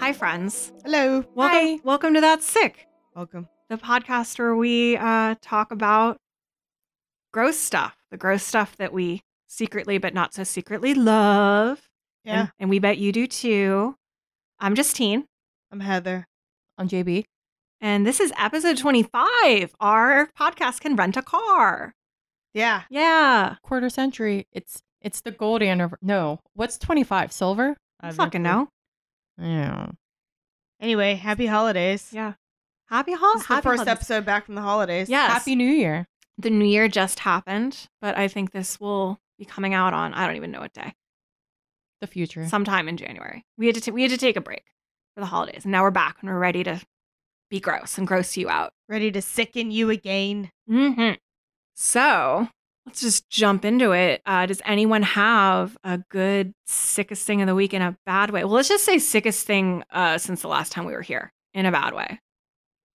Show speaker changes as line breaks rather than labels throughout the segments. Hi, friends.
Hello.
Welcome, welcome to That's Sick,
Welcome.
the podcast where we uh, talk about gross stuff, the gross stuff that we secretly but not so secretly love.
Yeah.
And, and we bet you do too. I'm Justine,
I'm Heather.
on JB.
and this is episode 25. Our podcast can rent a car.
Yeah.
Yeah.
Quarter century. It's it's the gold anniversary. No, what's twenty five silver?
I
I've
fucking
never-
know.
Yeah.
Anyway, happy holidays.
Yeah. Happy holidays.
This is the first episode back from the holidays.
Yes.
Happy New Year.
the new year just happened, but I think this will be coming out on I don't even know what day.
The future.
Sometime in January. We had to ta- we had to take a break for the holidays, and now we're back and we're ready to be gross and gross you out.
Ready to sicken you again.
Mm-hmm. So let's just jump into it. Uh, does anyone have a good sickest thing of the week in a bad way? Well, let's just say sickest thing uh, since the last time we were here in a bad way.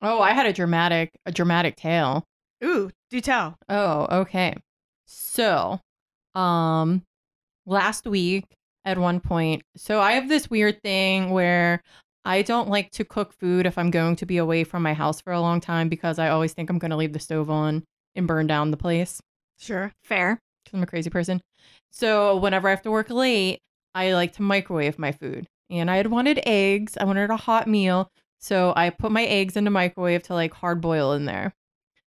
oh, I had a dramatic a dramatic tale.
Ooh, do tell.
Oh, okay. So, um last week at one point, so I have this weird thing where I don't like to cook food if I'm going to be away from my house for a long time because I always think I'm going to leave the stove on and burn down the place.
Sure.
Fair.
because I'm a crazy person. So whenever I have to work late, I like to microwave my food. And I had wanted eggs. I wanted a hot meal. So I put my eggs in the microwave to like hard boil in there.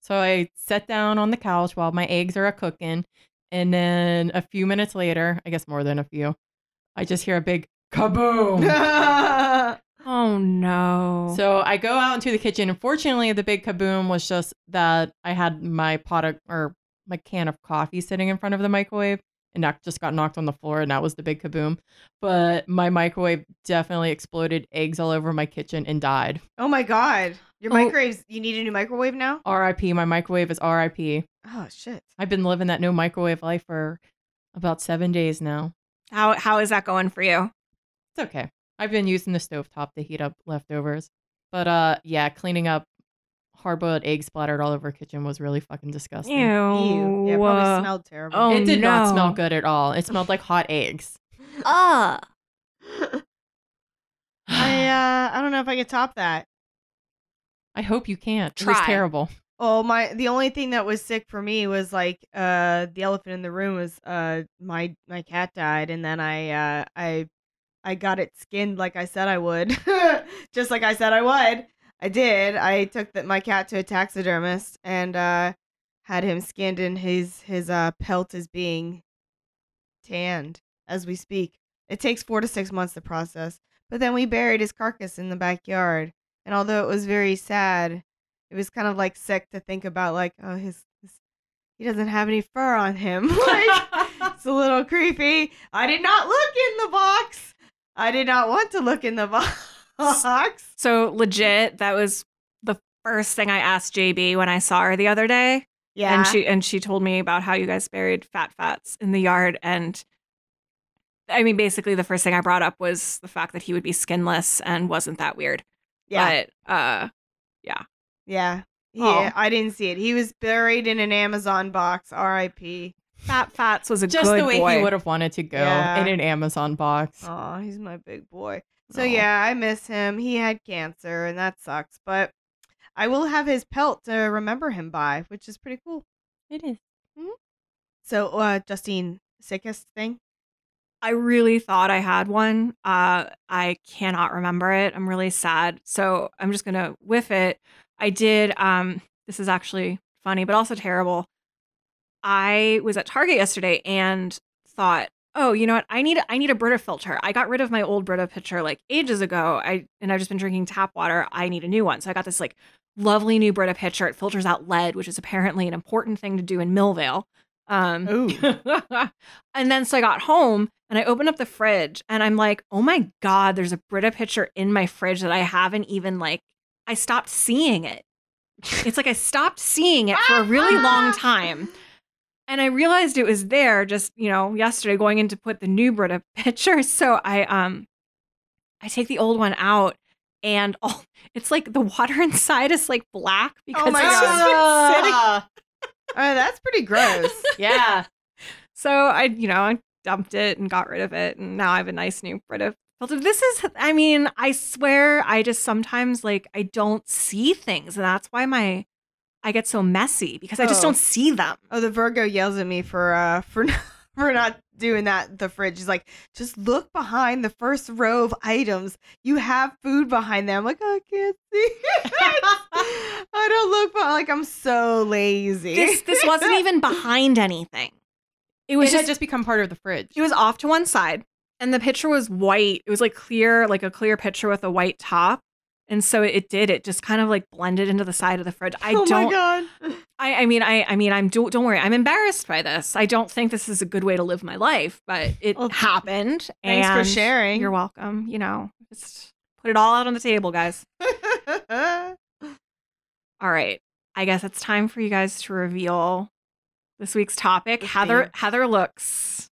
So I sat down on the couch while my eggs are a cooking. And then a few minutes later, I guess more than a few, I just hear a big kaboom.
That's
Oh no.
so I go out into the kitchen. And fortunately, the big kaboom was just that I had my pot of, or my can of coffee sitting in front of the microwave and that just got knocked on the floor and that was the big kaboom but my microwave definitely exploded eggs all over my kitchen and died
oh my God. Your
Oh.
microwaves, you need a new microwave now?
rip my microwave is rip
Oh, shit.
i've been living that no microwave life for about seven days now
how how is that going for you?
it's okay i've been using the stovetop to heat up leftovers but uh yeah cleaning up hard-boiled eggs splattered all over kitchen was really fucking
Ew.
disgusting
Ew. Yeah, it probably smelled terrible.
Oh,
it did not
no.
smell good at all it smelled like hot eggs
Ugh.
I, uh, I don't know if I could top that.
I hope you can't. It
Try.
was terrible.
Oh my! The only thing that was sick for me was like uh the elephant in the room was uh my my cat died, and then I uh I I got it skinned like I said I would, just like I said I would. I did. I took the, my cat to a taxidermist and uh had him skinned, and his his uh pelt is being tanned as we speak. It takes four to six months to process, but then we buried his carcass in the backyard, and although it was very sad it was kind of like sick to think about like oh his, his he doesn't have any fur on him like it's a little creepy i did not look in the box i did not want to look in the box
So legit, that was the first thing I asked JB when I saw her the other day,
yeah
and she and she told me about how you guys buried fat fats in the yard, and I mean, basically, the first thing I brought up was the fact that he would be skinless and wasn't that weird.
yeah
But uh,
yeah
Aw.
yeah i didn't see it he was buried in an amazon box rip
fat fats was a
Just
good
the way
boy.
he would have wanted to go
Yeah.
in an Amazon box.
oh he's my big boy so
Aw.
yeah i miss him he had cancer and that sucks but i will have his pelt to remember him by which is pretty cool
It is.
so uh justine sickest thing
I really thought I had one. Uh, I cannot remember it. I'm really sad. So I'm just gonna whiff it. I did. Um, this is actually funny, but also terrible. I was at Target yesterday and thought, oh, you know what? I need I need a Brita filter. I got rid of my old Brita pitcher like ages ago. I and I've just been drinking tap water. I need a new one. So I got this like lovely new Brita pitcher. It filters out lead, which is apparently an important thing to do in Millvale. Um,
Ooh.
and then so I got home and I opened up the fridge and I'm like, oh my God, there's a Brita pitcher in my fridge that I haven't even like, I stopped seeing it. It's like I stopped seeing it for a really long time. And I realized it was there just, you know, yesterday going in to put the new Brita pitcher. So I um I take the old one out and all it's like the water inside is like black because
my
it's just been
God.
sitting
Oh, that's pretty gross.
yeah.
So I, you know, I dumped it and got rid of it, and now I have a nice new Brita Filter. This is, I mean, I swear, I just sometimes like I don't see things, and that's why my I get so messy because I just
Oh.
don't see them.
Oh, the Virgo yells at me for uh for not, for not doing that. at The fridge He's like, just look behind the first row of items. You have food behind them. I'm like, I can't see. it. I don't look, but like I'm so lazy.
This this wasn't even behind anything. It
It
was
had
just,
just become part of the fridge.
it was off to one side, and the picture was white. It was like clear, like a clear picture with a white top, and so it did. It just kind of like blended into the side of the fridge. I
oh
don't.
my god.
I, I mean, I, I mean, I'm do, don't worry. I'm embarrassed by this. I don't think this is a good way to live my life, but it
Well,
happened.
Thanks for
and
sharing.
You're welcome. You know, just put it all out on the table, guys. All right. I guess it's time for you guys to reveal this week's topic.
The
Heather,
theme.
Heather looks.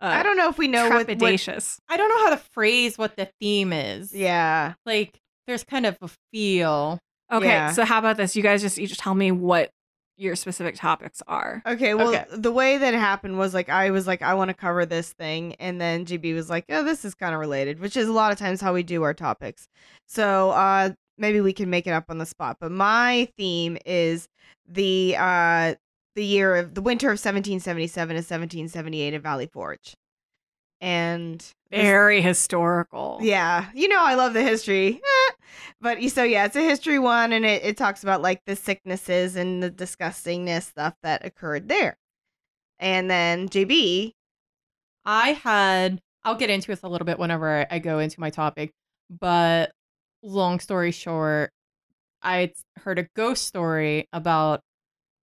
Uh,
I don't know if we know what, what.
trepidatious.
I don't know how to phrase what the theme is.
Yeah.
Like there's kind of a feel.
okay,
yeah.
so how about this? You guys just each tell me what your specific topics are.
Okay, well,
Okay.
the way that it happened was like I was like, I want to cover this thing, and then GB was like, Oh, this is kind of related, which is a lot of times how we do our topics. So uh, maybe we can make it up on the spot. But my theme is the uh, the year of the winter of 1777 to 1778 at Valley Forge, and this-
Very historical.
yeah, you know I love the history, Eh. but you- so yeah, it's a history one, and it, it talks about like the sicknesses and the disgustingness stuff that occurred there. And then JB,
I had I'll get into this a little bit whenever I- I go into my topic, but long story short, I heard a ghost story about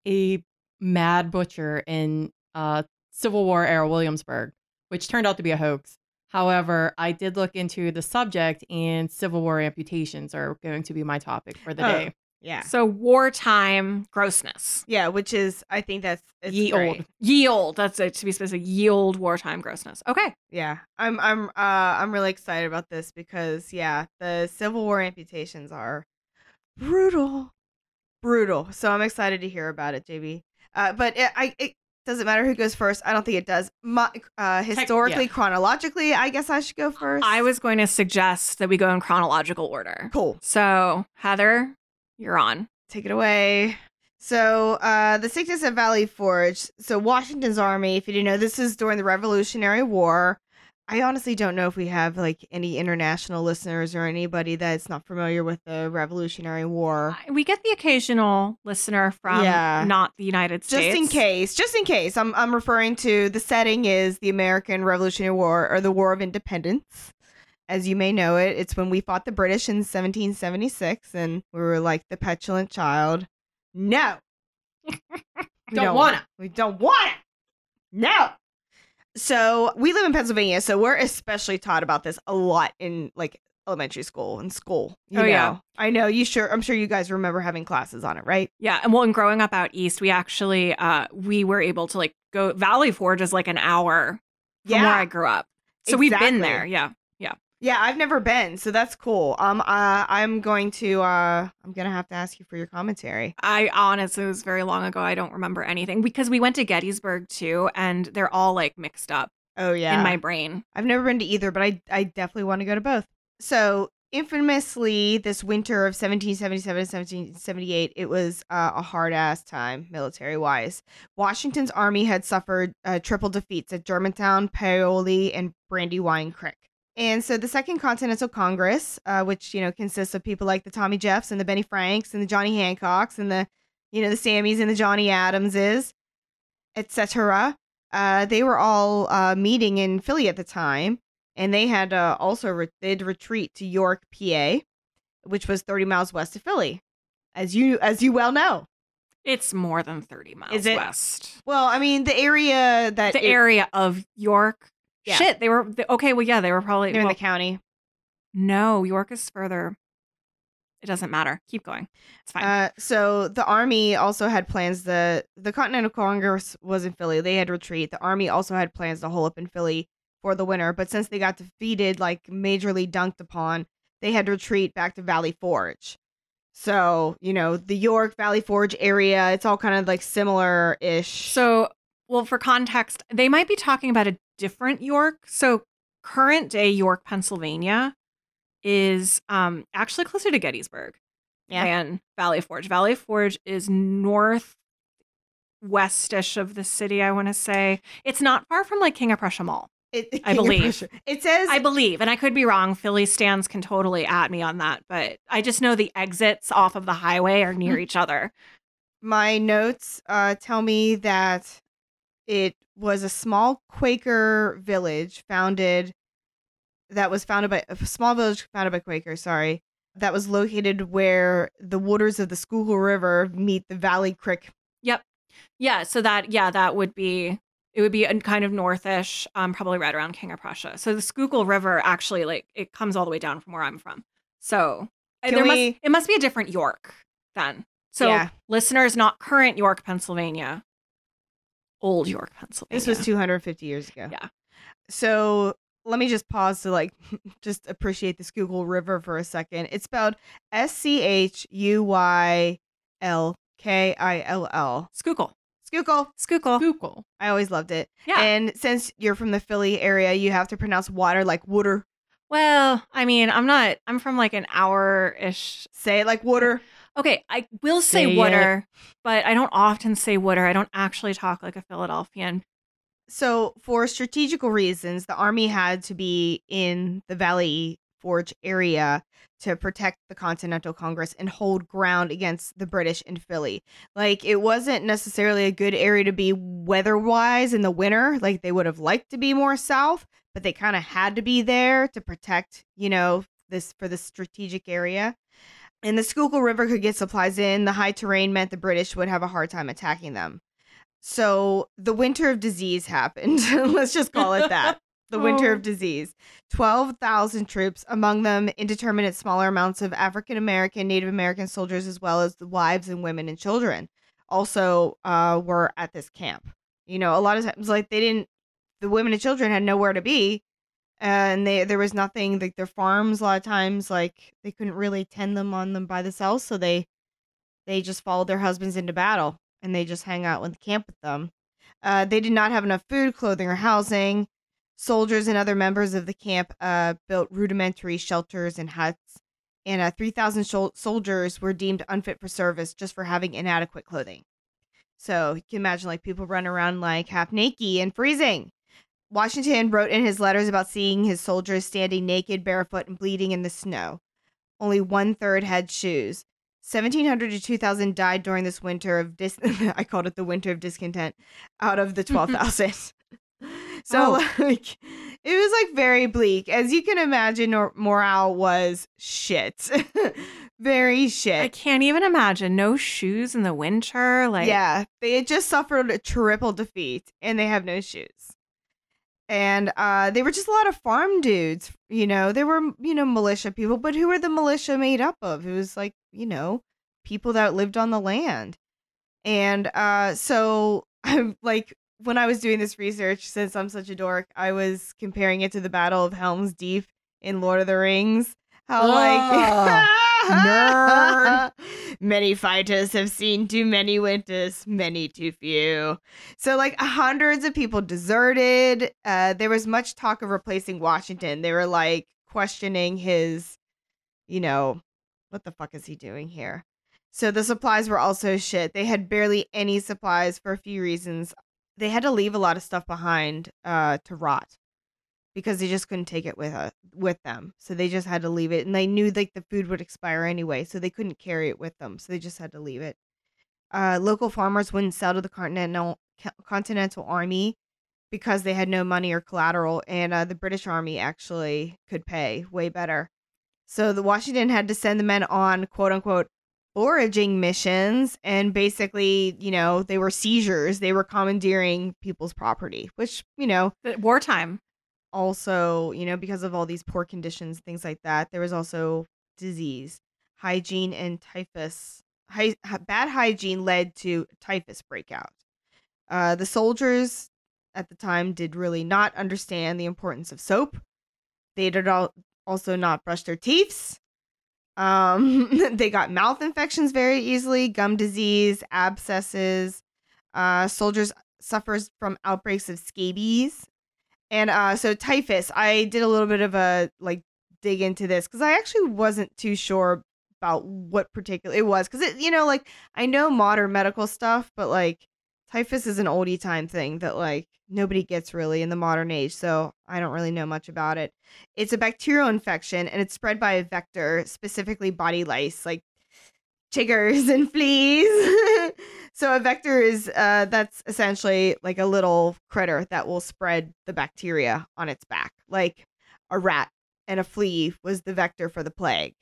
a mad butcher in uh Civil War era Williamsburg, which turned out to be a hoax. However, I did look into the subject and Civil War amputations are going to be my topic for the
Oh,
day.
yeah,
So wartime grossness.
yeah, which is I think that's it's
Ye
great.
olde.
Ye old. That's it. To be specific, ye old wartime grossness. Okay.
Yeah, I'm I'm uh I'm really excited about this because yeah, the Civil War amputations are brutal, brutal. So I'm excited to hear about it, JB. Uh, but it, I it doesn't matter who goes first. I don't think it does. My, uh, historically, chronologically, I guess I should go first.
I was going to suggest that we go in chronological order.
cool.
So, Heather, you're on.
Take it away. So uh, the sickness at Valley Forge. So Washington's army, if you didn't know, this is during the Revolutionary War. I honestly don't know if we have like any international listeners or anybody that's not familiar with the Revolutionary War.
We get the occasional listener from
Yeah.
not the United States.
Just in case, just in case, I'm I'm referring to the setting is the American Revolutionary War or the War of Independence. As you may know it, it's when we fought the British in 1776 and we were like the petulant child. No. We
Don't wanna.
We don't want it. No. So we live in Pennsylvania, so we're especially taught about this a lot in like elementary school and school. You
Oh,
know.
yeah.
I know you sure I'm sure you guys remember having classes on it, right?
Yeah, and well, and growing up out east, we actually uh we were able to like go Valley Forge is like an hour from where I grew up. So we've been
Exactly.
there. Yeah.
Yeah, I've never been, so that's cool. Um, uh, I'm going to, uh, I'm gonna have to ask you for your commentary.
I honestly it was very long ago. I don't remember anything because we went to Gettysburg too, and they're all like mixed up
Oh yeah,
in my brain.
I've never been to either, but I, I definitely want to go to both. So infamously, this winter of 1777 to 1778, it was uh, a hard ass time military wise. Washington's army had suffered uh, triple defeats at Germantown, Paoli, and Brandywine Creek. And so the Second Continental Congress, uh, which you know consists of people like the Tommy Jeffs and the Benny Franks and the Johnny Hancocks and the you know the Sammys and the Johnny Adamses, etc. Uh, they were all uh, meeting in Philly at the time, and they had uh, also re- they'd retreat to York, PA, which was 30 miles west of Philly, as you as you well know.
It's more than 30 miles
Is it?
west.
Well, I mean the area that
The
it-
area of York.
Yeah.
Shit, they were they, okay. Well, yeah, they were probably.
they're in
well,
the county.
no, York is further. It doesn't matter. Keep going. It's fine.
Uh, so the army also had plans. The the Continental Congress was in Philly. They had retreat. The army also had plans to hole up in Philly for the winter, but since they got defeated, like majorly dunked upon, they had to retreat back to Valley Forge. So you know the York Valley Forge area. It's all kind of like similar ish.
so, well, for context, they might be talking about a different York. So, current day York, Pennsylvania, is um, actually closer to Gettysburg
Yeah.
than Valley Forge. Valley Forge is northwestish of the city. I want to say it's not far from like King of Prussia Mall.
It,
I believe.
it says
I believe, and I could be wrong. Philly stands can totally at me on that, but I just know the exits off of the highway are
Mm-hmm.
near each other.
my notes uh, tell me that it was a small Quaker village founded that was founded by a small village founded by Quakers, sorry, that was located where the waters of the Schuylkill River meet the Valley Creek.
Yeah, so that yeah, that would be it would be a kind of northish, um, probably right around King of Prussia. So the Schuylkill River actually like it comes all the way down from where I'm from. So uh,
Can
there
we-
must it must be a different York then. So
Yeah.
listeners, not current York, Pennsylvania, old York, Pennsylvania.
This was 250 years ago.
Yeah.
So let me just pause to like just appreciate the Schuylkill River for a second. It's spelled S C H U Y L K I L L.
Schuylkill,
Schuylkill.
Schuylkill.
Google.
I always loved it.
Yeah.
And since you're from the Philly area, you have to pronounce water like water.
well, I mean, I'm not. I'm from like an hour ish
Say it like water.
Okay, I will say
Say it.
water, but I don't often say water. I don't actually talk like a Philadelphian.
So, for strategical reasons, the army had to be in the Valley Forge area to protect the Continental Congress and hold ground against the British in Philly. Like, it wasn't necessarily a good area to be weather wise in the winter. Like, they would have liked to be more south, but they kind of had to be there to protect, you know, this for the strategic area. And the Schuylkill River could get supplies in. The high terrain meant the British would have a hard time attacking them. So the winter of disease happened. Let's just call it that. The winter
Oh.
of disease. 12,000 troops, among them indeterminate smaller amounts of African American, Native American soldiers, as well as the wives and women and children, also uh, were at this camp. You know, a lot of times, like, they didn't, the women and children had nowhere to be. And they, there was nothing, like, their farms, a lot of times, like, they couldn't really tend them on them by themselves. So they they just followed their husbands into battle and they just hang out and camp with them. Uh, they did not have enough food, clothing, or housing. Soldiers and other members of the camp uh, built rudimentary shelters and huts, and uh, 3,000 shol- soldiers were deemed unfit for service just for having inadequate clothing. So you can imagine, like, people run around like half naked and freezing. Washington wrote in his letters about seeing his soldiers standing naked, barefoot, and bleeding in the snow. Only one third had shoes. 1700 to 2000 died during this winter of dis I called it the winter of discontent out of the 12,000. so like it was like very bleak as you can imagine nor- morale was shit. very
I
shit.
can't even imagine no shoes in the winter. Like,
yeah, they had just suffered a triple defeat and they have no shoes. And uh they were just a lot of farm dudes, you know. They were, you know, militia people, but who were the militia made up of? It was like, you know, people that lived on the land. And uh, so I'm like, when I was doing this research, since I'm such a dork, I was comparing it to the Battle of Helm's Deep in Lord of the Rings. How
Ah,
like many fighters have seen too many winters, many too few. So like hundreds of people deserted. Uh, there was much talk of replacing Washington. They were like questioning his, you know, what the fuck is he doing here? So the supplies were also shit. They had barely any supplies for a few reasons. They had to leave a lot of stuff behind uh, to rot because they just couldn't take it with uh, with them. So they just had to leave it, and they knew like the food would expire anyway, so they couldn't carry it with them. So they just had to leave it. Uh, local farmers wouldn't sell to the continental Ca- continental army because they had no money or collateral, and uh, the British army actually could pay way better. So the Washington had to send the men on quote unquote foraging missions and basically, you know, they were seizures. They were commandeering people's property, which, you know,
the- wartime.
also, you know, because of all these poor conditions, things like that, there was also disease, hygiene, and typhus. Hy- hy- bad hygiene led to typhus breakout. Uh, the soldiers at the time did really not understand the importance of soap. They did all, also not brush their teeth. Um, they got mouth infections very easily, gum disease, abscesses. Uh, soldiers suffers from outbreaks of scabies And uh, so typhus, I did a little bit of a like dig into this because I actually wasn't too sure about what particular it was because it you know like I know modern medical stuff, but like typhus is an oldie time thing that like nobody gets really in the modern age, so I don't really know much about it. It's a bacterial infection and it's spread by a vector, specifically body lice, like chiggers and fleas. so a vector is uh, that's essentially like a little critter that will spread the bacteria on its back, like a rat and a flea was the vector for the plague.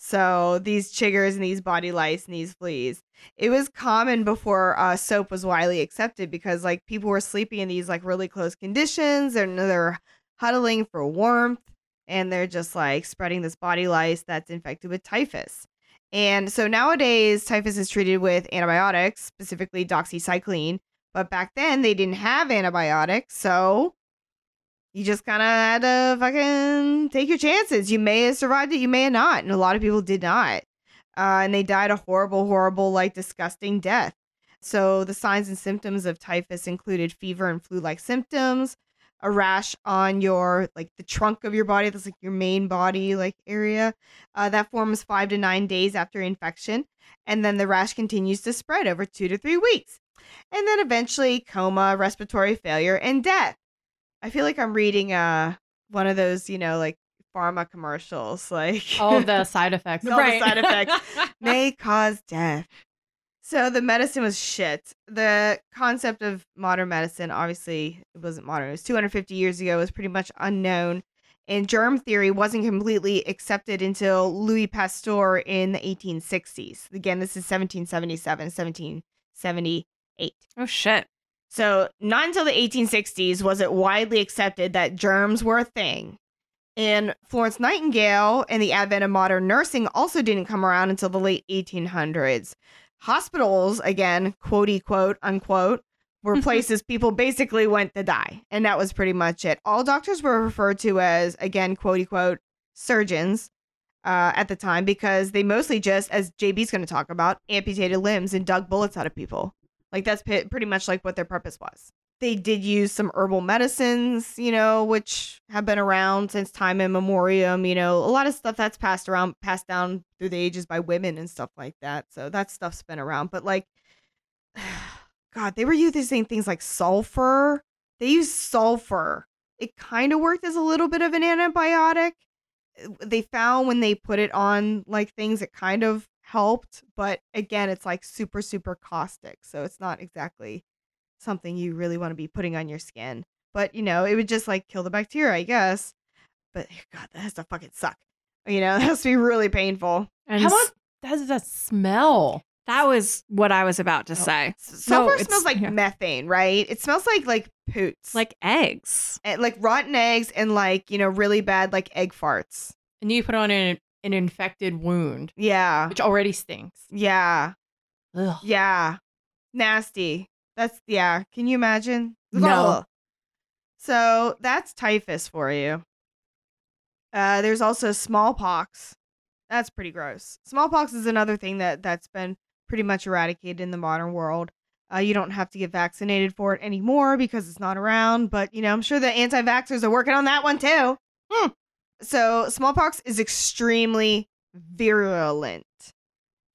So these chiggers and these body lice and these fleas, it was common before uh, soap was widely accepted because like people were sleeping in these like really close conditions and they're huddling for warmth and they're just like spreading this body lice that's infected with typhus. And so nowadays, typhus is treated with antibiotics, specifically doxycycline. But back then, they didn't have antibiotics, so you just kind of had to fucking take your chances. You may have survived it, you may have not. And a lot of people did not. Uh, and they died a horrible, horrible, like disgusting death. So the signs and symptoms of typhus included fever and flu like symptoms, a rash on your, like the trunk of your body, that's like your main body, like area. Uh, that forms five to nine days after infection. And then the rash continues to spread over two to three weeks. And then eventually coma, respiratory failure, and death. I feel like I'm reading uh one of those, you know, like pharma commercials, like
All the side effects.
All the side effects. may cause death. So the medicine was shit. The concept of modern medicine, obviously, it wasn't modern. It was 250 years ago. It was pretty much unknown, and germ theory wasn't completely accepted until Louis Pasteur in the 1860s. Again, this is 1777, 1778.
Oh shit.
So, not until the 1860s was it widely accepted that germs were a thing. And Florence Nightingale and the advent of modern nursing also didn't come around until the late 1800s. Hospitals, again, quote quote unquote, were places people basically went to die. And that was pretty much it. All doctors were referred to as, again, quote quote, surgeons uh, at the time because they mostly just, as JB's going to talk about, amputated limbs and dug bullets out of people. Like that's pe- pretty much like what their purpose was. They did use some herbal medicines, you know, which have been around since time immemorial. You know, a lot of stuff that's passed around, passed down through the ages by women and stuff like that. So that stuff's been around. But like, God, they were using things like sulfur. They used sulfur. It kind of worked as a little bit of an antibiotic. They found when they put it on like things, it kind of helped, but again, it's like super, super caustic. So it's not exactly something you really want to be putting on your skin. But you know, it would just like kill the bacteria, I guess. But God, that has to fucking suck. You know, that has to be really painful.
And
How
s-
about that's the smell?
that was what I was about to say.
Sulfur
it's-
smells like
yeah.
methane, right? It smells like like poots,
like eggs.
Eh, like rotten eggs and like you know really bad like egg farts.
And you put on an, an infected wound,
Yeah,
which already stinks.
yeah,
Ugh.
yeah, nasty. That's yeah. Can you imagine?
No.
Ugh. So that's typhus for you. Uh, there's also smallpox. That's pretty gross. Smallpox is another thing that that's been pretty much eradicated in the modern world. Uh, you don't have to get vaccinated for it anymore because it's not around. But you know, I'm sure the anti-vaxxers are working on that one too. Hmm. So smallpox is extremely virulent.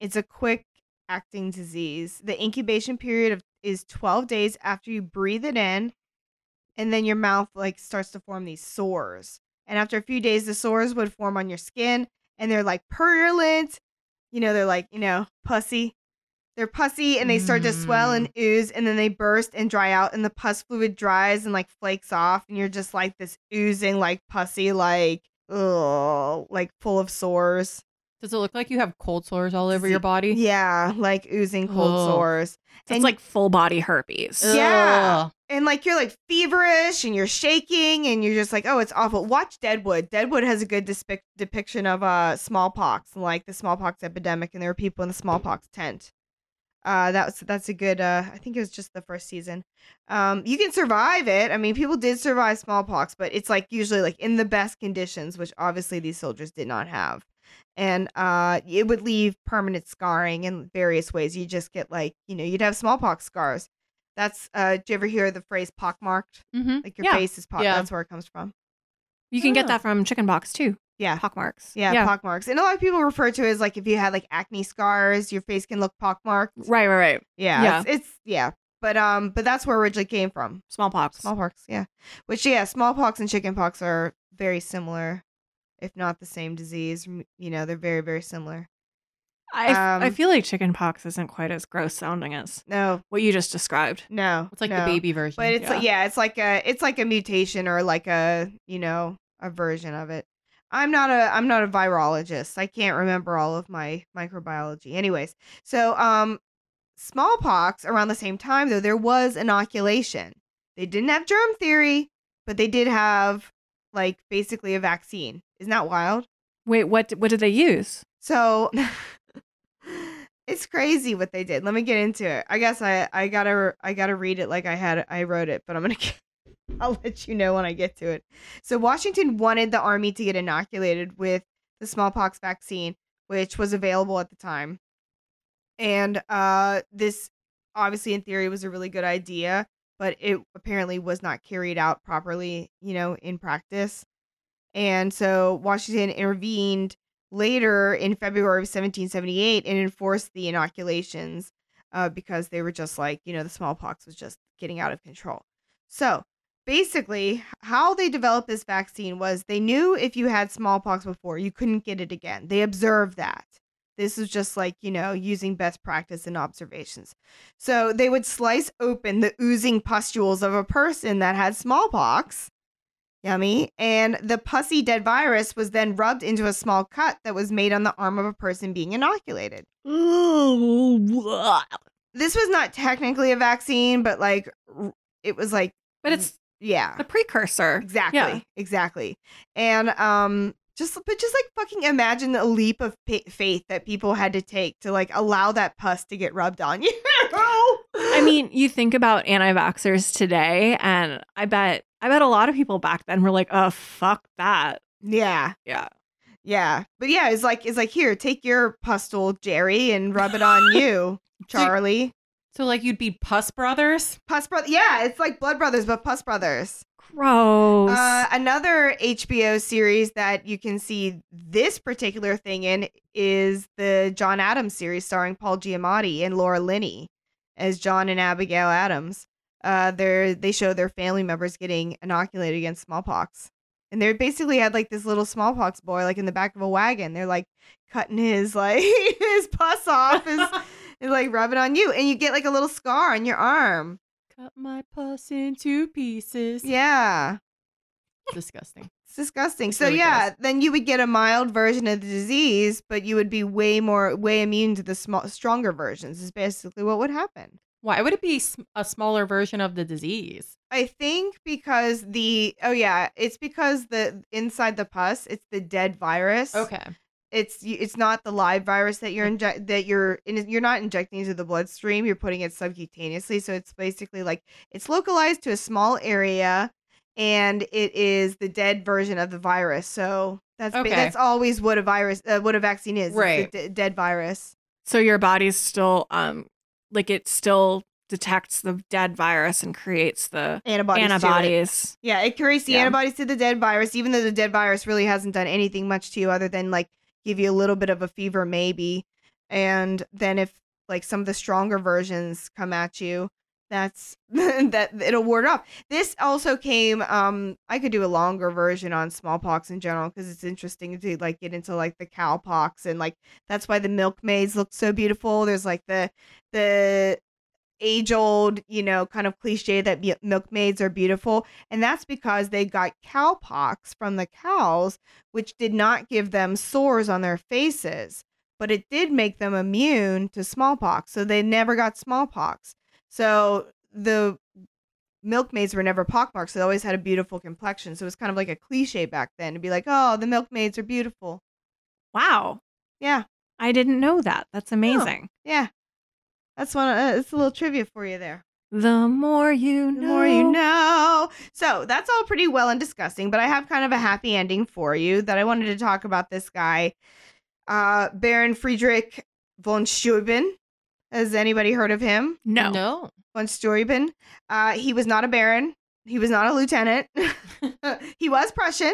It's a quick acting disease. The incubation period of, is 12 days after you breathe it in, and then your mouth like starts to form these sores. And after a few days, the sores would form on your skin, and they're like purulent. You know, they're like you know pussy. They're pussy, and they start to swell and ooze, and then they burst and dry out, and the pus fluid dries and like flakes off, and you're just like this oozing, like pussy, like ugh, like full of sores.
Does it look like you have cold sores all over
See-
your body?
Yeah, like oozing cold
Ugh.
sores.
So
And-
it's like full body herpes.
Ugh. Yeah.
Ugh.
and like you're like feverish and you're shaking and you're just like oh it's awful watch deadwood deadwood has a good despic- depiction of uh smallpox and like the smallpox epidemic and there were people in the smallpox tent uh that was that's a good uh i think it was just the first season um you can survive it i mean people did survive smallpox but it's like usually like in the best conditions which obviously these soldiers did not have and uh it would leave permanent scarring in various ways you just get like you know you'd have smallpox scars That's uh do you ever hear the phrase pockmarked?
Mm-hmm.
Like your
Yeah.
face is pock
Yeah.
that's where it comes from.
You can
Ah.
get that from chickenpox too.
Yeah.
Pockmarks.
Yeah, pockmarks. And a lot of people refer to it as like if you had like acne scars, your face can look pockmarked.
Right, right, right.
Yeah.
Yeah.
It's, it's yeah. But um but that's where it originally came from.
Smallpox.
Smallpox, yeah. Which yeah, smallpox and chickenpox are very similar, if not the same disease. M- You know, they're very very similar.
I, f- I
Um,
feel like chickenpox isn't quite as gross sounding as
No,
what you just described.
no,
It's like
no.
the baby version.
But it's yeah.
yeah.
it's like a it's like a mutation or like a you know a version of it. I'm not a I'm not a virologist. I can't remember all of my microbiology. Anyways, so um, smallpox around the same time though there was inoculation. They didn't have germ theory, but they did have like basically a vaccine. Isn't that wild?
Wait, what? What did they use?
So it's crazy what they did. Let me get into it. I guess I I gotta I gotta read it like I had I wrote it, but I'm gonna get, I'll let you know when I get to it. So Washington wanted the army to get inoculated with the smallpox vaccine, which was available at the time, and uh, this obviously in theory was a really good idea, but it apparently was not carried out properly, you know, in practice. And so Washington intervened later in February of 1778 and enforced the inoculations uh, because they were just like, you know, the smallpox was just getting out of control. So basically, how they developed this vaccine was they knew if you had smallpox before, you couldn't get it again. They observed that. This was just like, you know, using best practice and observations. So they would slice open the oozing pustules of a person that had smallpox Yummy. And the pussy dead virus was then rubbed into a small cut that was made on the arm of a person being inoculated.
But
This was not technically a vaccine, but like r- it was like,
it's
yeah,
the precursor.
exactly, exactly. And, um, just, but just like fucking imagine the leap of pa- faith that people had to take to like allow that pus to get rubbed on you.
I mean, you think about anti-vaxxers today, and I bet I bet a lot of people back then were like, "Oh, fuck that."
yeah.
Yeah.
Yeah. But yeah, it's like it's like here, take your pustule, Jerry, and rub it on you, Charlie.
so like you'd be pus brothers.
Puss Brothers. Yeah, it's like Blood Brothers, but Puss Brothers.
Gross.
Uh, another HBO series that you can see this particular thing in is the John Adams series starring Paul Giamatti and Laura Linney as John and Abigail Adams. Uh, they're, they show their family members getting inoculated against smallpox. And they basically had like this little smallpox boy like in the back of a wagon. They're like cutting his like his pus off his, and like rubbing on you. And you get like a little scar on your arm.
Cut my pus into pieces.
Yeah.
Disgusting.
It's disgusting.
It's
so
really
yeah, then you would get a mild version of the disease, but you would be way more way immune to the small, stronger versions. Is basically what would happen.
Why would it be s- a smaller version of the disease?
I think because the oh yeah, it's because the inside the pus, it's the dead virus.
Okay.
It's it's not the live virus that
Mm.
you're inject that you're in, you're not injecting into the bloodstream. You're putting it subcutaneously, so it's basically like it's localized to a small area, and it is the dead version of the virus. So that's ba-
Okay.
that's always what a virus uh, what a vaccine is. It's the
Right.
d- dead virus.
so your body's still um like it still detects the dead virus and creates the
Antibodies. to it.
antibodies.
Yeah, it creates the
Yeah.
antibodies to the dead virus, even though the dead virus really hasn't done anything much to you other than like give you a little bit of a fever, maybe. And then if like some of the stronger versions come at you, that's that it'll ward off. This also came. Um, I could do a longer version on smallpox in general because it's interesting to like get into like the cowpox and like that's why the milkmaids look so beautiful. There's like the the age old, you know, kind of cliche that mi- milkmaids are beautiful. And that's because they got cowpox from the cows, which did not give them sores on their faces, but it did make them immune to smallpox. So they never got smallpox. So the milkmaids were never pockmarked. So they always had a beautiful complexion. So it was kind of like a cliche back then to be like, oh, the milkmaids are beautiful.
Wow.
Yeah.
I didn't know that. That's amazing.
Yeah. That's one. Uh, it's a little trivia for you there.
The more you know.
The more you know. So that's all pretty well and disgusting, but I have kind of a happy ending for you that I wanted to talk about this guy, uh, Baron Friedrich von Steuben. Has anybody heard of him?
No.
No.
Von Steuben. Uh, he was not a baron. He was not a lieutenant. he was Prussian.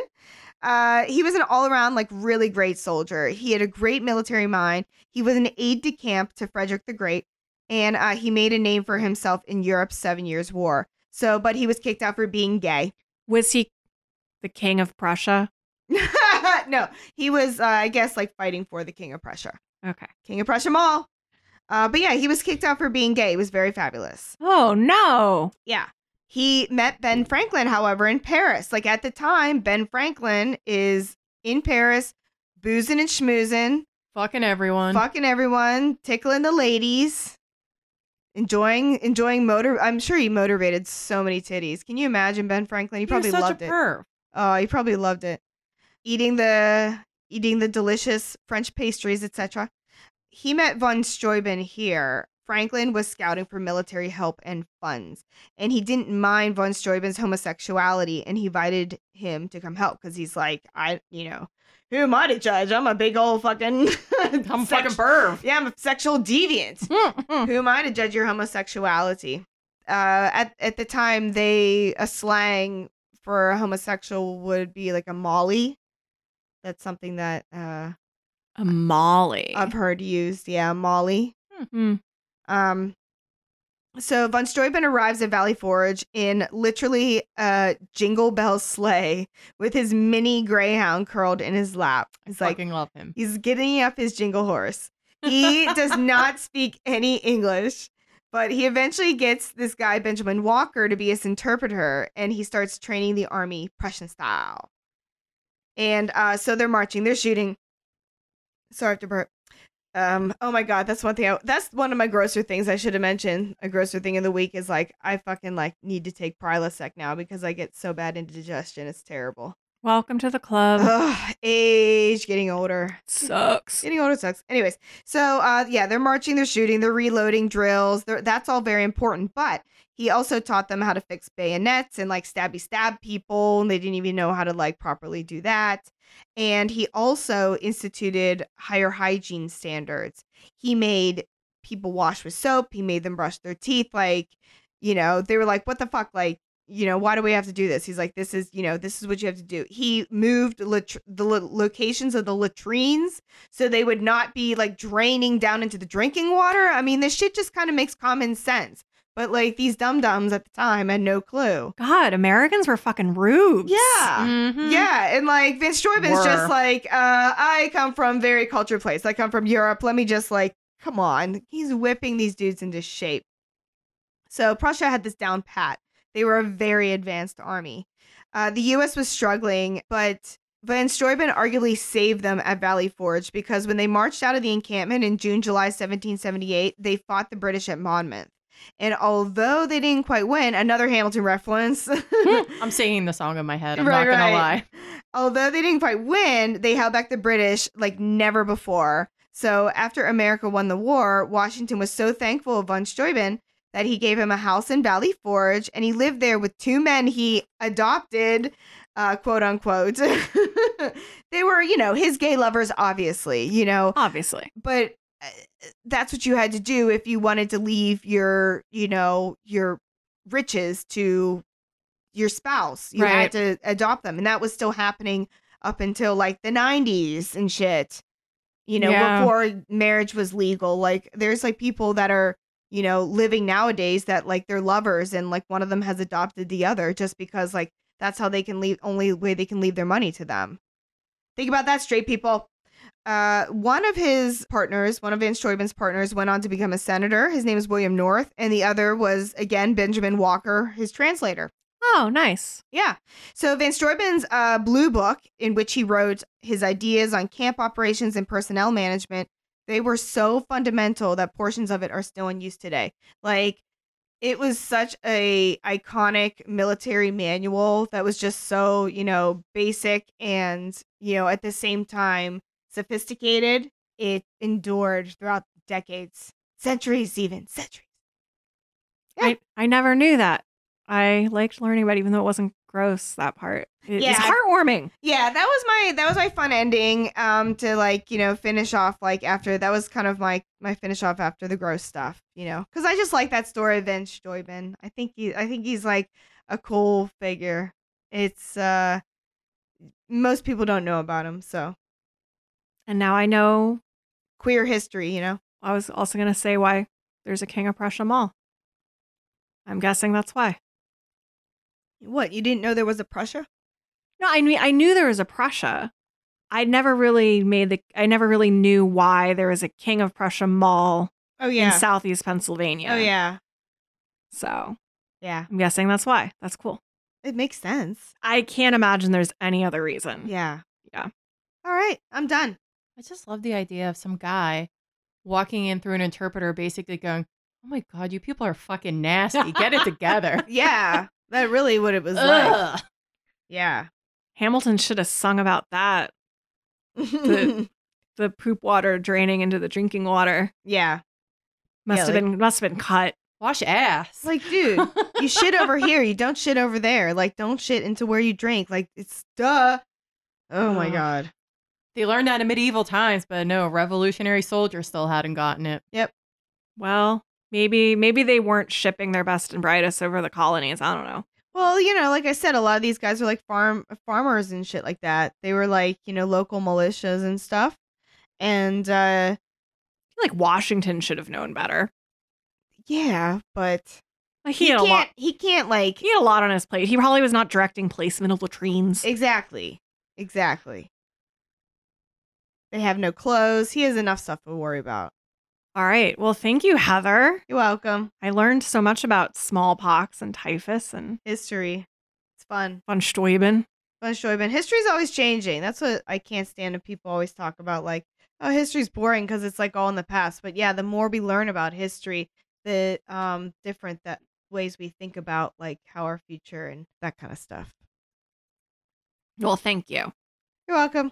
Uh, he was an all around, like, really great soldier. He had a great military mind. He was an aide de camp to Frederick the Great, and uh, he made a name for himself in Europe's Seven Years' War. So, but he was kicked out for being gay.
Was he the king of Prussia?
no, he was, uh, I guess, like fighting for the King of Prussia.
Okay.
King of Prussia Mall. Uh, but yeah, he was kicked out for being gay. It was very fabulous.
Oh no.
Yeah. He met Ben Franklin, however, in Paris. Like at the time, Ben Franklin is in Paris, boozing and schmoozing,
Fucking everyone.
fucking everyone, tickling the ladies, enjoying enjoying motor. I'm sure he motivated so many titties. Can you imagine Ben Franklin? He
You're
probably
such
loved
a
it.
perv.
Oh, he probably loved it. Eating the eating the delicious French pastries, etc. He met von Steuben here. Franklin was scouting for military help and funds, and he didn't mind von Steuben's homosexuality, and he invited him to come help because he's like, I, you know, who am I to judge? I'm a big old fucking,
I'm a
sex-
fucking perv.
yeah, I'm a sexual deviant. Who am I to judge your homosexuality? Uh, at at the time, they a slang for a homosexual would be like a molly. That's something that uh,
A Molly.
I've heard used. Yeah, molly.
Hmm.
Um, so von Steuben arrives at Valley Forge in literally a jingle bell sleigh with his mini greyhound curled in his lap. He's like,
fucking love him.
He's getting up his jingle horse. He does not speak any English, but he eventually gets this guy, Benjamin Walker, to be his interpreter, and he starts training the army Prussian style. And uh, so they're marching, they're shooting. Sorry, I have to burp. Um, oh my god, that's one thing. I, that's one of my grosser things I should have mentioned. A grosser thing of the week is like I fucking like need to take Prilosec now because I get so bad indigestion. It's terrible.
Welcome to the club.
Ugh, age, getting older.
Sucks.
Getting older sucks. Anyways, so uh, yeah, they're marching, they're shooting, they're reloading drills. They're, that's all very important. But he also taught them how to fix bayonets and like stabby stab people, and they didn't even know how to like properly do that. And he also instituted higher hygiene standards. He made people wash with soap. He made them brush their teeth. Like, you know, they were like, "What the fuck?" Like. You know, why do we have to do this? He's like, this is, you know, this is what you have to do. He moved lat- the lo- locations of the latrines so they would not be like draining down into the drinking water. I mean, this shit just kind of makes common sense. But like these dum dums at the time had no clue.
God, Americans were fucking rubes.
Yeah.
Mhm.
Yeah. And like Vince Joybin's
Were.
just like, uh, I come from very cultured place. I come from Europe. Let me just like, come on. He's whipping these dudes into shape. So Prussia had this down pat. They were a very advanced army. Uh, the U.S. was struggling, but Van Steuben arguably saved them at Valley Forge because when they marched out of the encampment in June, July 1778, they fought the British at Monmouth. And although they didn't quite win, another Hamilton reference.
I'm singing the song in my head. I'm
Right,
not gonna
right.
lie.
although they didn't quite win, they held back the British like never before. So after America won the war, Washington was so thankful of von Steuben that he gave him a house in Valley Forge, and he lived there with two men he adopted, uh, quote unquote. they were, you know, his gay lovers, obviously, you know
Obviously.
but uh, that's what you had to do if you wanted to leave your you know your riches to your spouse you
Right.
had to adopt them and that was still happening up until like the 90s and shit you know
Yeah.
before marriage was legal like there's like people that are you know living nowadays that like they're lovers and like one of them has adopted the other just because like that's how they can leave only way they can leave their money to them think about that straight people uh, one of his partners, one of Van Steuben's partners, went on to become a senator. His name is William North, and the other was again Benjamin Walker, his translator.
Oh, nice.
Yeah. So Van Steuben's uh, blue book, in which he wrote his ideas on camp operations and personnel management, they were so fundamental that portions of it are still in use today. Like it was such a iconic military manual that was just so you know basic and you know at the same time sophisticated. It endured throughout decades, centuries, even centuries. Yeah.
I, I never knew that. I liked learning about it, even though it wasn't gross, that part. It-
Yeah,
It's
I-
heartwarming.
yeah that was my that was my fun ending um to like you know finish off like after that was kind of my my finish off after the gross stuff you know because i just like that story of vince Stoibin. i think he i think he's like a cool figure it's uh most people don't know about him so
And now I know
queer history you know
I was also going to say why there's a King of Prussia Mall. I'm guessing that's why.
what you didn't know there was a prussia
No, I mean I knew there was a Prussia. I never really made the I never really knew why there was a King of Prussia Mall
oh yeah
in Southeast Pennsylvania.
oh yeah
So,
yeah
I'm guessing that's why. That's cool.
it makes sense
I can't imagine there's any other reason.
yeah
Mm. Yeah.
all right i'm done
I just love the idea of some guy walking in through an interpreter basically going, Oh my God, you people are fucking nasty. Get it together.
yeah that really what it was like
Ugh.
yeah
Hamilton should have sung about that. The- The poop water draining into the drinking water
yeah
must
Yeah,
have
like-
been must have been cut.
Wash ass.
It's like, dude, you shit over here. You don't shit over there. Like, don't shit into where you drink. Like, it's duh. Oh my
Ugh.
god.
they learned that in medieval times, but no, revolutionary soldiers still hadn't gotten it.
Well, maybe maybe they weren't shipping their best and brightest over the colonies. I don't know.
Well, you know, like I said, a lot of these guys were like farm farmers and shit like that. They were like, you know, local militias and stuff. And uh
I feel like Washington should have known better.
yeah, but
Like he,
he,
had a
can't.
lot.
He can't like
He had a lot on his plate. He probably was not directing placement of latrines.
exactly, exactly. They have no clothes. He has enough stuff to worry about.
All right. Well, thank you, Heather.
You're welcome.
I learned so much about smallpox and typhus and
History. It's fun.
von Steuben.
Von Steuben. History's always changing. That's what I can't stand. And people always talk about like, oh, history's boring because it's like all in the past. But yeah, the more we learn about history, the um different that ways we think about like how our future and that kind of stuff.
Well, thank you.
You're welcome.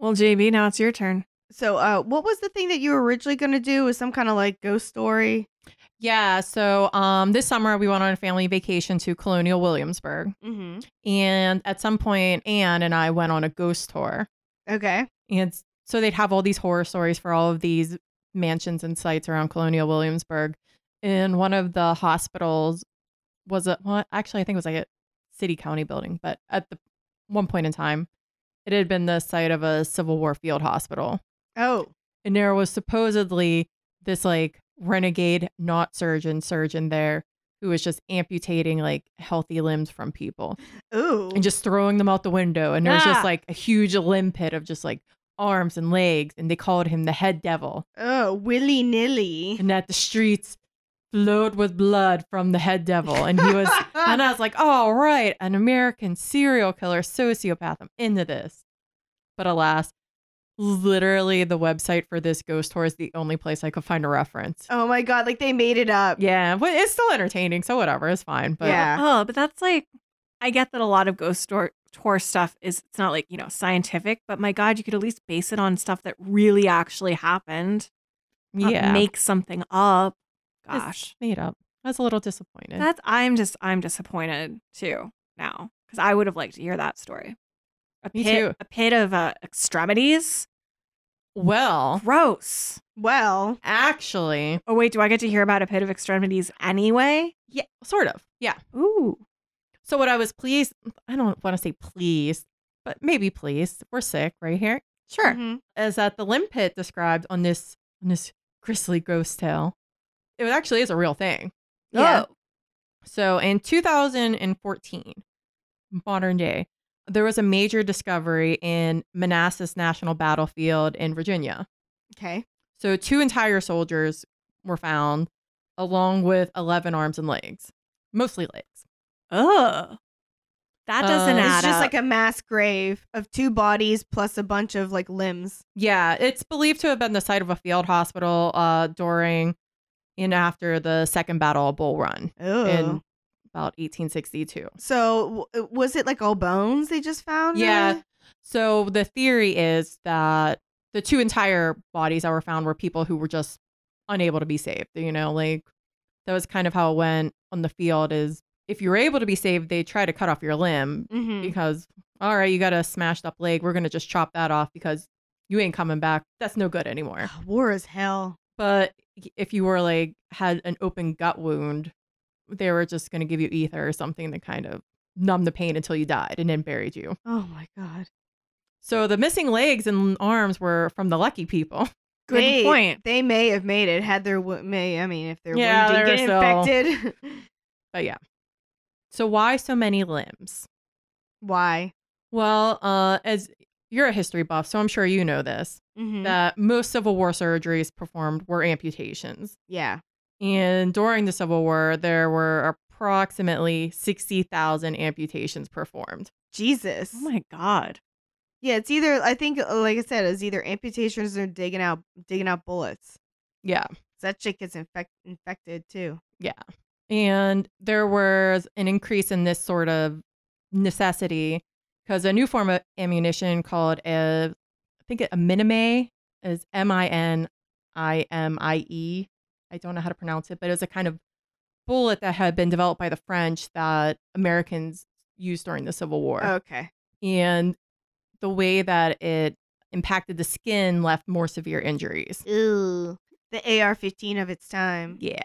Well, JB, now it's your turn.
So, uh, what was the thing that you were originally gonna do? Was some kind of like ghost story?
Yeah. So um, this summer, we went on a family vacation to Colonial Williamsburg.
Mm-hmm.
And at some point, Anne and I went on a ghost tour.
Okay.
And s- so they'd have all these horror stories for all of these mansions and sites around Colonial Williamsburg. And one of the hospitals was a, well, actually, I think it was like a city county building, but at the one point in time, it had been the site of a Civil War field hospital.
Oh.
And there was supposedly this like renegade, not surgeon, surgeon there who was just amputating like healthy limbs from people
Ooh.
and just throwing them out the window. And there's
Ah.
just like a huge limb pit of just like arms and legs. And they called him the head devil.
oh willy nilly.
And that the streets flowed with blood from the head devil. And he was, and I was like, all right, an American serial killer, sociopath. I'm into this. But alas, literally the website for this ghost tour is the only place I could find a reference.
oh my god! Like they made it up.
Yeah, but it's still entertaining. So whatever, it's fine. But
Yeah.
Oh, but that's like, I get that a lot of ghost tour, tour stuff is, it's not like, you know, scientific, but my God, you could at least base it on stuff that really actually happened. not
yeah,
Make something up.
It's
Gosh.
made up. I was a little disappointed.
That's I'm just I'm disappointed too now because I would have liked to hear that story. A
Me
pit,
too.
a pit of uh, extremities.
well,
Gross.
Well.
Actually,
Oh wait, do I get to hear about a pit of extremities anyway?
yeah, sort of. Yeah.
Ooh,
So what I was pleased, I don't want to say pleased, but maybe pleased. We're sick right here. Sure.
mhm.
Is that the limb pit described on this on this grisly ghost tale? It actually is a real thing.
Yeah.
So in 2014, modern day, there was a major discovery in Manassas National Battlefield in Virginia.
Okay.
So two entire soldiers were found along with 11 arms and legs, mostly legs.
Ugh. That doesn't
Uh,
add
It's just
up.
like a mass grave of two bodies plus a bunch of like limbs.
Yeah, it's believed to have been the site of a field hospital uh, during and after the Second Battle of Bull Run
Oh.
in about 1862.
so w- uh, was it like all bones they just found?
Yeah.
really?
So the theory is that the two entire bodies that were found were people who were just unable to be saved. You know, like that was kind of how it went on the field. Is if you're able to be saved, they try to cut off your limb
Mm-hmm.
because all right, you got a smashed up leg. We're gonna just chop that off because you ain't coming back. That's no good anymore.
Ah, War is hell.
But if you were like had an open gut wound, they were just gonna give you ether or something to kind of numb the pain until you died and then buried you.
Oh my god.
So the missing legs and arms were from the lucky people.
Good
They-
point.
They may have made it had their wo- may. I mean, if their
Yeah,
wound didn't
they were
get infected,
But yeah. So why so many limbs?
why?
Well, uh, as you're a history buff, so I'm sure you know this
Mm-hmm.
that most Civil War surgeries performed were amputations.
yeah.
And during the Civil War, there were approximately 60,000 amputations performed.
Jesus.
Oh my god.
yeah, it's either I think, uh, like I said, it's either amputations or digging out digging out bullets.
Yeah.
'Cause That shit gets infect- infected too.
And there was an increase in this sort of necessity because a new form of ammunition called a, I think a minime is M I N I M I E. I don't know how to pronounce it, but it was a kind of bullet that had been developed by the French that Americans used during the Civil War.
Okay.
And the way that it impacted the skin left more severe injuries.
Ew. The AR-15 of its time.
Yeah.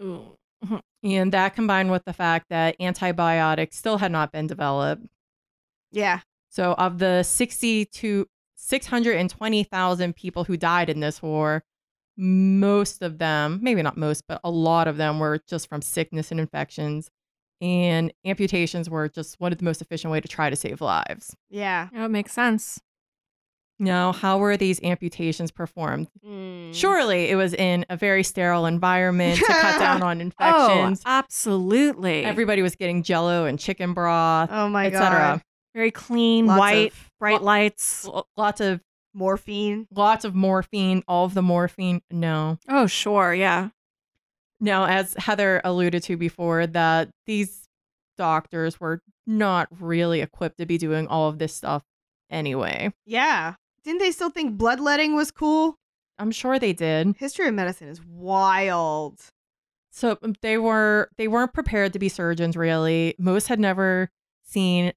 Mhm. And that combined with the fact that antibiotics still had not been developed.
Yeah.
So, of the 60 to 620,000 people who died in this war, most of them, maybe not most, but a lot of them were just from sickness and infections. And amputations were just one of the most efficient way to try to save lives.
Yeah.
That Oh, makes sense.
Now, how were these amputations performed?
Mm-hmm.
Mm. Surely it was in a very sterile environment to cut down on
Oh,
infections.
absolutely.
Everybody was getting jello and chicken broth,
Oh my god.
etc.
Very clean,
Lots
white,
of
bright
lo-
lights.
L- Lots of
Morphine.
lots of morphine, all of the morphine. No.
Oh, sure. Yeah.
Now, as Heather alluded to before, that these doctors were not really equipped to be doing all of this stuff anyway.
Yeah. Didn't they still think bloodletting was cool?
I'm sure they did.
History of medicine is wild.
So um, they were they weren't prepared to be surgeons really. Most had never seen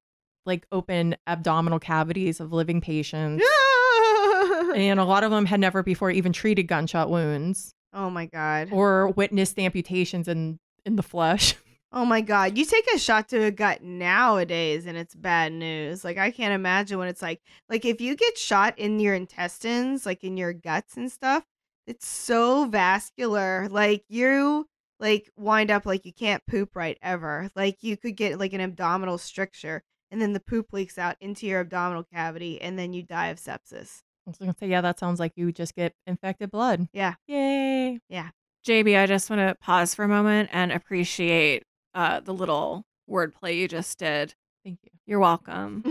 like open abdominal cavities of living
Mm.
patients.
oh
And a lot of them had never before even treated gunshot wounds
Oh my god.
or witnessed amputations in in the flesh.
Oh my god. You take a shot to a gut nowadays and it's bad news. Like I can't imagine when it's like like if you get shot in your intestines, like in your guts and stuff, it's so vascular. Like you like wind up like you can't poop right ever. Like you could get like an abdominal stricture and then the poop leaks out into your abdominal cavity and then you die of sepsis.
I was gonna say, yeah, that sounds like you just get infected blood.
Yeah.
Yay.
JB, I just want to pause for a moment and appreciate uh, the little wordplay you just did.
Thank you.
You're welcome.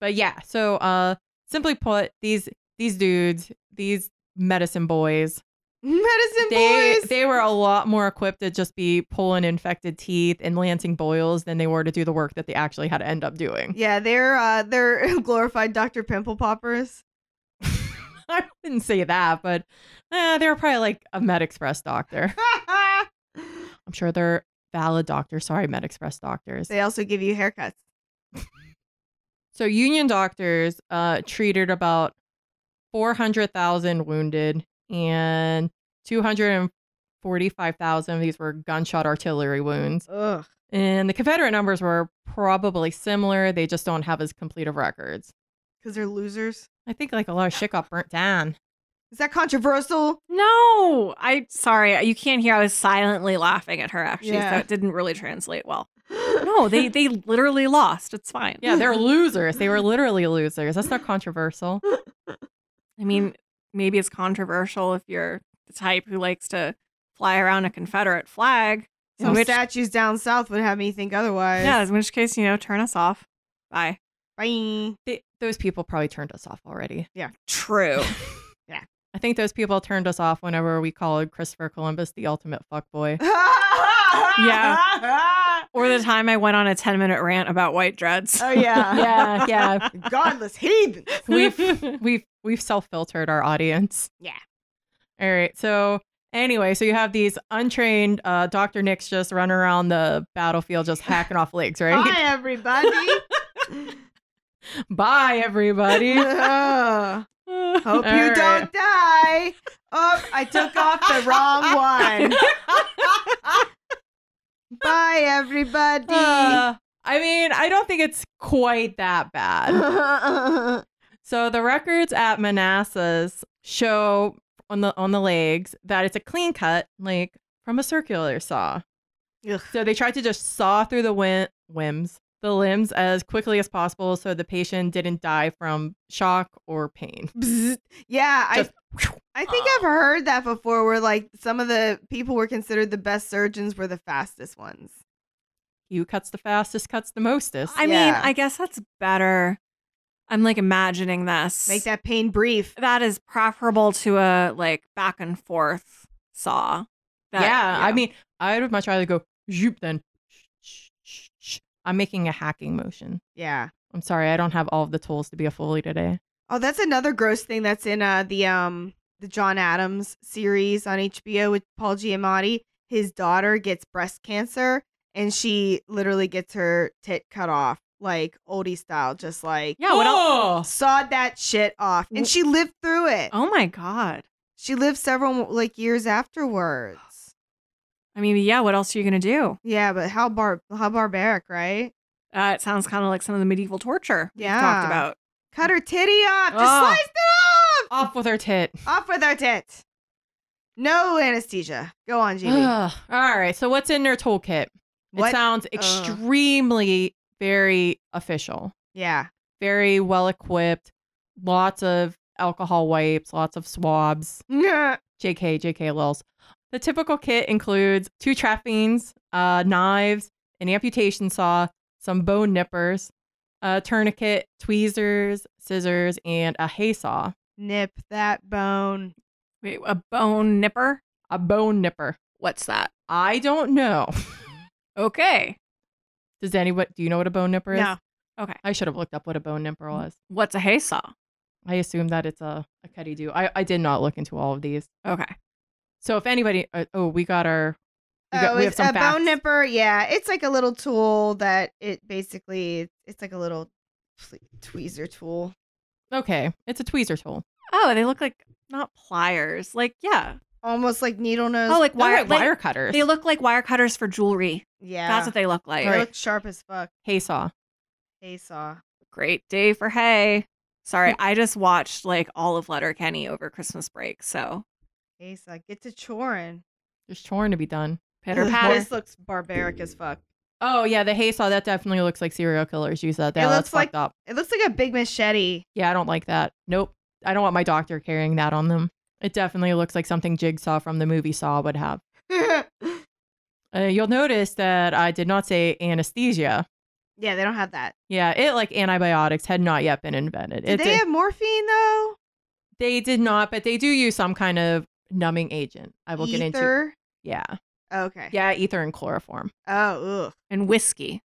But yeah, so uh simply put, these these dudes, these medicine boys,
Medicine
they
boys.
they were a lot more equipped to just be pulling infected teeth and lancing boils than they were to do the work that they actually had to end up doing.
yeah, they're uh they're glorified Dr. Pimple Poppers.
I wouldn't say that, but eh, they were probably like a MedExpress doctor. I'm sure they're valid doctors. Sorry, MedExpress doctors.
they also give you haircuts.
So Union doctors uh, treated about 400,000 wounded and 245,000 of these were gunshot artillery wounds.
Ugh.
And the Confederate numbers were probably similar. They just don't have as complete of records.
Because they're losers.
I think like a lot of shit got burnt down.
Is that controversial?
no, I sorry, you can't hear. I was silently laughing at her actually,
Yeah.
so it didn't really translate well. No, they they literally lost. It's fine.
Yeah, they're losers. They were literally losers. That's not controversial.
I mean, maybe it's controversial if you're the type who likes to fly around a Confederate flag. In
Some
which-
statues down south would have me think otherwise.
Yeah, in which case, you know, turn us off. Bye.
Bye.
They, those people probably turned us off already.
True.
I think those people turned us off whenever we called Christopher Columbus the ultimate fuckboy.
yeah.
or the time I went on a 10 minute rant about white dreads.
Oh yeah.
Yeah, yeah.
Godless heathen.
We've we've we've self-filtered our audience.
Yeah.
All right. So Anyway, so you have these untrained uh, Dr. Nicks just running around the battlefield, just hacking off legs,
Hi,
right?
everybody.
Bye, everybody.
Ugh. Hope you
All right.
don't die. Oh, I took off the wrong one. Bye, everybody.
Uh, I mean, I don't think it's quite that bad. So the records at Manassas show on the on the legs that it's a clean cut, like from a circular saw.
Ugh.
So they tried to just saw through the win- whims, the limbs as quickly as possible, so the patient didn't die from shock or pain.
Bzzzt. yeah, I
Just-
I think I've heard that before where like some of the people were considered the best surgeons were the fastest ones.
He who cuts the fastest cuts the mostest.
I mean,
Yeah.
I guess that's better. I'm like imagining this.
Make that pain brief.
that is preferable to a like back and forth saw. That,
yeah,
you
I
know.
mean, I would much rather go zoop than. sh- sh- sh- I'm making a hacking motion.
Yeah.
I'm sorry, I don't have all of the tools to be a foley today.
Oh, that's another gross thing that's in uh the um the John Adams series on HBO with Paul Giamatti. His daughter gets breast cancer and she literally gets her tit cut off like oldie style, just like
yeah. What else?
sawed that shit off. And she lived through it.
Oh my god.
She lived several like years afterwards.
I mean, yeah. What else are you gonna do?
Yeah, but how bar how barbaric, right?
Uh, it sounds kind of like some of the medieval torture
Yeah.
we've talked about.
Cut her titty off. Just
Ugh.
slice it off.
Mm. Oh. Off with her tit.
Off with her tit. No anesthesia. Go on, Jamie.
Ugh. All right. So what's in their toolkit?
What? uh,
It sounds extremely very official,
yeah.
very well equipped. Lots of alcohol wipes, lots of swabs. JK, JK lils. The typical kit includes two trappings, uh, knives, an amputation saw, some bone nippers, a tourniquet, tweezers, scissors, and a hay saw.
Nip that bone.
Wait, a bone nipper?
A bone nipper.
What's that?
I don't know.
Okay.
Does anybody do you know what a bone nipper is?
No. Mm.
Okay.
I should have looked up what a bone nipper was.
What's a hay saw?
I assume that it's a, a cutty do. I, I did not look into all of these.
Okay.
So if anybody, uh, oh, we got our, we, got,
Oh,
we have
it's
some
a
facts.
bone nipper. Yeah, it's like a little tool that it basically it's like a little ple- tweezer tool.
Okay, it's a tweezer tool.
Oh, they look like not pliers. Like yeah.
Almost like needle nose.
Oh, like
They're
wire.
like
like-
wire cutters.
They look like wire cutters for jewelry.
yeah.
That's what they look like.
they
Right.
look sharp as fuck.
hay saw.
Hey saw.
great day for hay.
Mm.
Sorry, I just watched like all of Letterkenny over Christmas break. So
Hey saw. Get to chorin.
There's chorn to be done.
pitter
Ugh,
patter.
This looks barbaric as fuck.
Oh yeah, the hay saw that definitely looks like serial killers use that.
It
Yeah,
looks
that's fucked
like-
up.
It looks like a big machete.
Yeah, I don't like that. Nope. I don't want my doctor carrying that on them. It definitely looks like something Jigsaw from the movie Saw would have.
yeah,
Uh, you'll notice that I did not say anesthesia.
they don't have that.
Yeah, it like antibiotics had not yet been invented.
Do
It's
they
a-
have morphine though?
They did not, but they do use some kind of numbing agent. I will get into.
Ether?
Yeah.
Okay.
Yeah, ether and chloroform.
Oh, ugh.
and whiskey.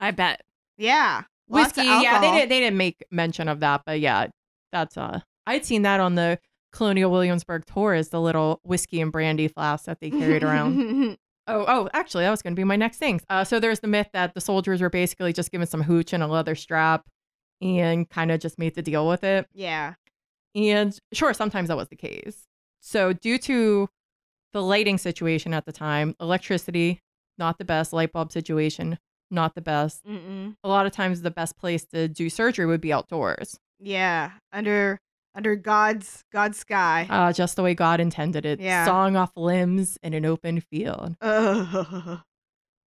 I bet.
Yeah. Lots of
Whiskey, yeah, they
alcohol.
didn't they didn't make mention of that, but yeah, that's uh I'd seen that on the Colonial Williamsburg tour is the little whiskey and brandy flask that they carried around. Oh, oh, actually, that was going to be my next thing. Uh, so there's the myth that the soldiers were basically just given some hooch and a leather strap and kind of just made to deal with it.
yeah.
And sure, sometimes that was the case. So, due to the lighting situation at the time, electricity, not the best, light bulb situation, not the best.
Mm-mm.
A lot of times, the best place to do surgery would be outdoors,
Yeah. Under under God's God's sky.
uh, just the way God intended it,
Yeah.
sawing off limbs in an open field.
Ugh.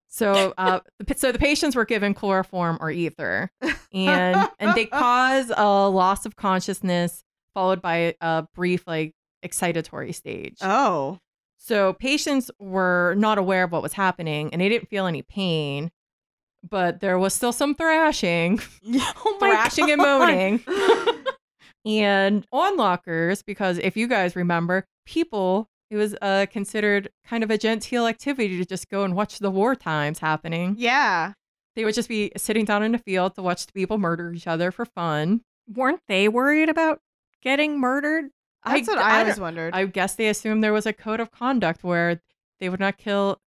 So, uh, the pa- so the patients were given chloroform or ether, and and they cause a loss of consciousness followed by a brief like excitatory stage.
Oh.
So patients were not aware of what was happening and they didn't feel any pain, but there was still some thrashing,
oh
thrashing and moaning.
oh
And onlockers, because if you guys remember, people, it was uh, considered kind of a genteel activity to just go and watch the war times happening.
yeah.
They would just be sitting down in a field to watch people murder each other for fun.
Weren't they worried about getting murdered?
That's
I,
what I,
I
always wondered.
I guess they assumed there was a code of conduct where they would not kill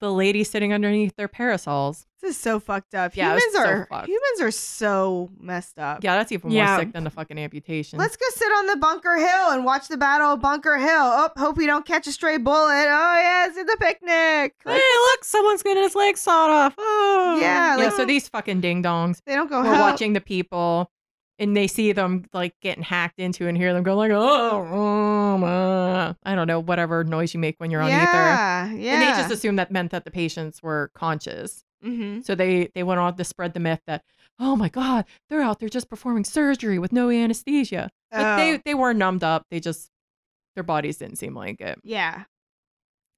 the lady sitting underneath their parasols.
this is so fucked up.
Yeah, it was
humans
so
are
fucked.
humans are so messed up.
Yeah, that's even
Yeah.
more sick than the fucking amputation.
Let's go sit on the Bunker Hill and watch the Battle of Bunker Hill. Oh, hope we don't catch a stray bullet. Oh yeah, it's in the picnic. Like,
look, someone's getting his leg sawed off. Oh.
Yeah,
yeah, so these fucking ding dongs
they don't go
were
hell-
watching the people and they see them like getting hacked into and hear them go like, oh, um, uh," I don't know, whatever noise you make when you're on ether.
yeah, Yeah,
And they just mm-hmm. assumed that meant that the patients were conscious.
Mhm.
So they they went on to spread the myth that, oh my God, they're out there just performing surgery with no anesthesia. But
Oh,
they they were numbed up. They just their bodies didn't seem like it.
yeah,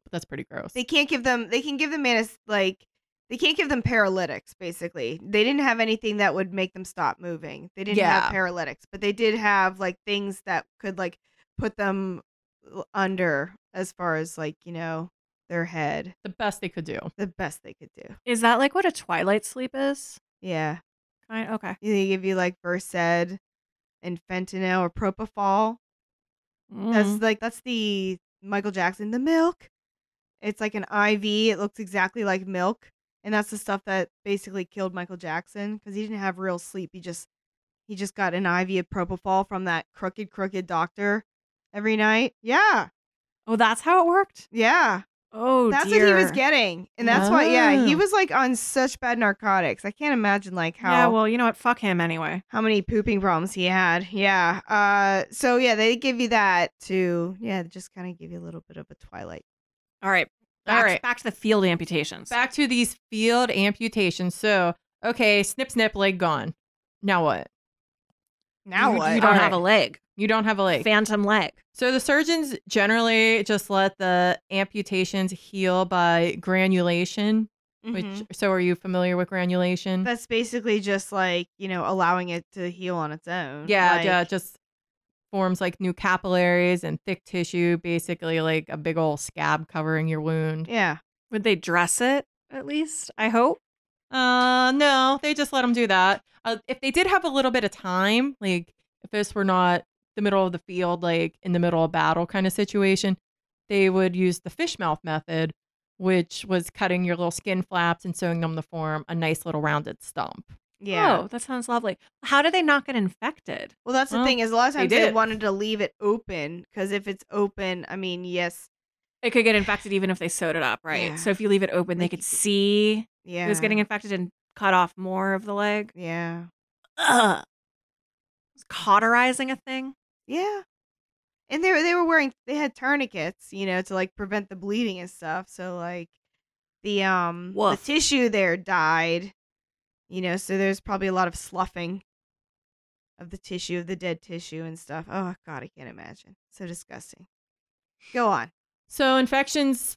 But that's pretty gross.
they can't give them. They can give them anas like they can't give them paralytics. Basically, they didn't have anything that would make them stop moving. They didn't
Yeah.
have paralytics, but they did have like things that could like put them l- under as far as like you know their head.
the best they could do.
The best they could do.
Is that like what a twilight sleep is?
Yeah.
Kind okay.
They give you like Versed and fentanyl or propofol.
Mm. Mm-hmm.
That's like that's the Michael Jackson, the milk. It's like an IV. It looks exactly like milk, and that's the stuff that basically killed Michael Jackson because he didn't have real sleep. He just he just got an IV of propofol from that crooked, crooked doctor every night. Yeah,
Oh, that's how it worked.
yeah.
Oh,
that's
dear.
what he was getting, and that's why. Yeah, he
Oh.
was like on such bad narcotics. I can't imagine like how
Yeah, well, you know what? Fuck him anyway.
how many pooping problems he had. Yeah. Uh. So yeah, they give you that to yeah, just kind of give you a little bit of a twilight.
All right. Back,
All right.
Back to the field amputations.
Back to these field amputations. So, okay, snip snip, leg gone. Now what?
Now
you,
what?
You don't
All
have a leg.
You don't have a leg.
Phantom leg.
So the surgeons generally just let the amputations heal by granulation, which so are you familiar with granulation?
Mm-hmm. that's basically just like you know allowing it to heal on its own.
yeah,
Like,
yeah, just forms like new capillaries and thick tissue, basically like a big old scab covering your wound.
yeah.
Would they dress it at least? I hope.
Uh no, they just let them do that. Uh, if they did have a little bit of time, like if this were not the middle of the field, like in the middle of battle kind of situation, they would use the fish mouth method, which was cutting your little skin flaps and sewing them to form a nice little rounded stump.
Yeah.
Oh, that sounds lovely. How did they not get infected?
Well, that's the
Well,
thing is a lot of
they
times they,
did.
wanted to leave it open because if it's open, I mean, yes,
It could get infected even if they sewed it up, right?
Yeah.
So if you leave it open, they
Like,
could
you-
see
yeah,
it was getting infected and cut off more of the leg.
yeah,
Ugh. Is cauterizing a thing?
yeah. And they were they were wearing they had tourniquets, you know, to like prevent the bleeding and stuff. So like the um
Woof.
the tissue there died, you know. So there's probably a lot of sloughing of the tissue of the dead tissue and stuff. Oh God, I can't imagine. So disgusting. Go on.
So infections,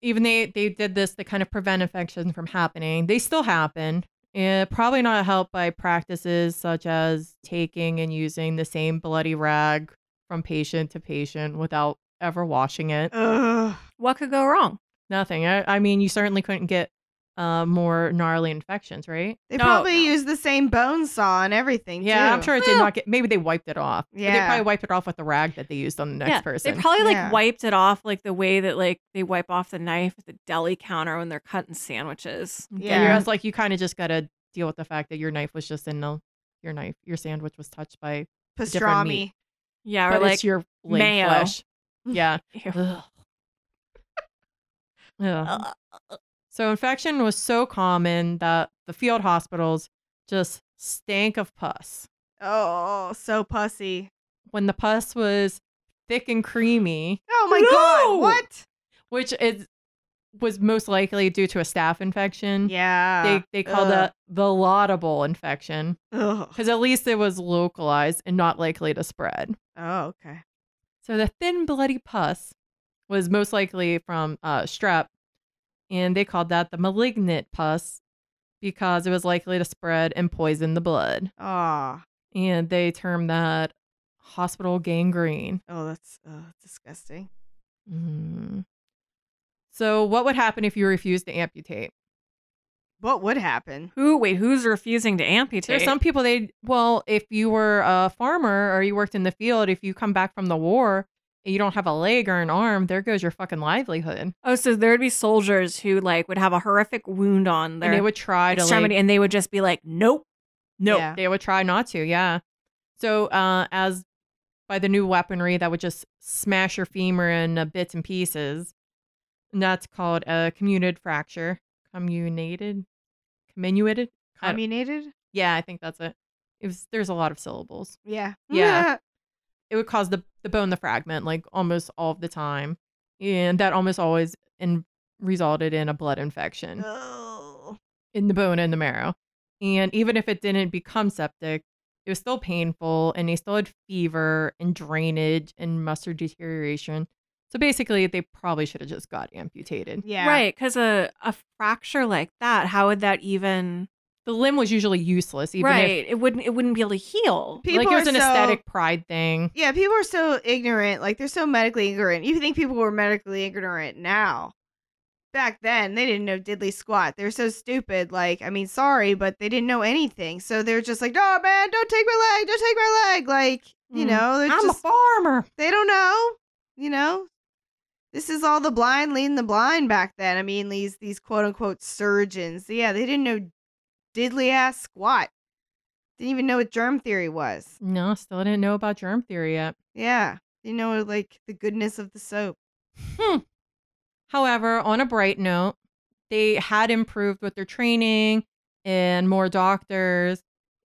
even they they did this to kind of prevent infections from happening. They still happen. Eh, probably not helped by practices such as taking and using the same bloody rag from patient to patient without ever washing it.
Oh.
Ugh.
What could go wrong?
Nothing. I, I mean, you certainly couldn't get uh, more gnarly infections, right?
They
No,
probably
no.
used the same bone saw and everything.
Oh, Yeah, I'm
too.
sure it did
Well-
not get. Maybe they wiped it off. But they
Yeah.
probably wiped it off with the rag that they used on the next
yeah,
person.
they probably like
Yeah.
wiped it off like the way that like they wipe off the knife at the deli counter when they're cutting sandwiches.
And you're
Yeah.
just like, you kind of just got to deal with the fact that your knife was just in the, your knife, your sandwich was touched by, different
pastrami.
meat.
Yeah, or
but
like
it's your leg
mayo.
flesh. Yeah.
Ew.
Ugh.
Oh.
Ugh. So infection was so common that the field hospitals just stank of pus.
Oh, so pussy.
When the pus was thick and creamy,
Oh my
No!
God. What?
which is was most likely due to a staph infection.
Yeah.
Mm. They they called
Ugh.
that the laudable infection.
Ugh.
because at least it was localized and not likely to spread.
Oh, okay.
So the thin, bloody pus was most likely from uh, strep, and they called that the malignant pus because it was likely to spread and poison the blood.
Oh,
And they termed that hospital gangrene.
oh, that's oh, that's disgusting.
Mm. So, what would happen if you refused to amputate?
what would happen?
Who wait? Who's refusing to amputate?
There's some people they well, if you were a farmer or you worked in the field, if you come back from the war and you don't have a leg or an arm, there goes your fucking livelihood.
oh, so there'd be soldiers who like would have a horrific wound on
and they
their
would try to like,
extremity, and they would just be like, "Nope, nope."
Yeah.
they would try not to, yeah. So uh as by the new weaponry that would just smash your femur in uh, bits and pieces. And that's called a commuted fracture. Communated? Comminuated? I don't-
Communated?
Yeah, I think that's it. It was there's a lot of syllables.
Yeah.
Yeah. it would cause the, the bone to fragment like almost all of the time. And that almost always in, resulted in a blood infection
Oh.
in the bone and the marrow. And even if it didn't become septic, it was still painful and they still had fever and drainage and muscle deterioration. So basically, they probably should have just got amputated.
Yeah.
Right, because a, a fracture like that, how would that even?
The limb was usually useless, even if
right, it wouldn't. It wouldn't be able to heal.
People
like it was
are
an
so,
aesthetic pride thing.
Yeah, people are so ignorant. Like they're so medically ignorant. You think people were medically ignorant now. Back then, they didn't know diddly squat. They're so stupid. Like, I mean, sorry, but they didn't know anything. So they're just like, "No, man, don't take my leg. Don't take my leg." Like, you
Mm.
know, they're
I'm
just,
a farmer.
they don't know. You know, this is all the blind leading the blind back then. I mean, these these quote unquote surgeons. Yeah, they didn't know diddly ass squat. Didn't even know what germ theory was.
No, still didn't know about germ theory yet.
Yeah. You know, like the goodness of the soap.
Hmm. However, on a bright note, they had improved with their training and more doctors.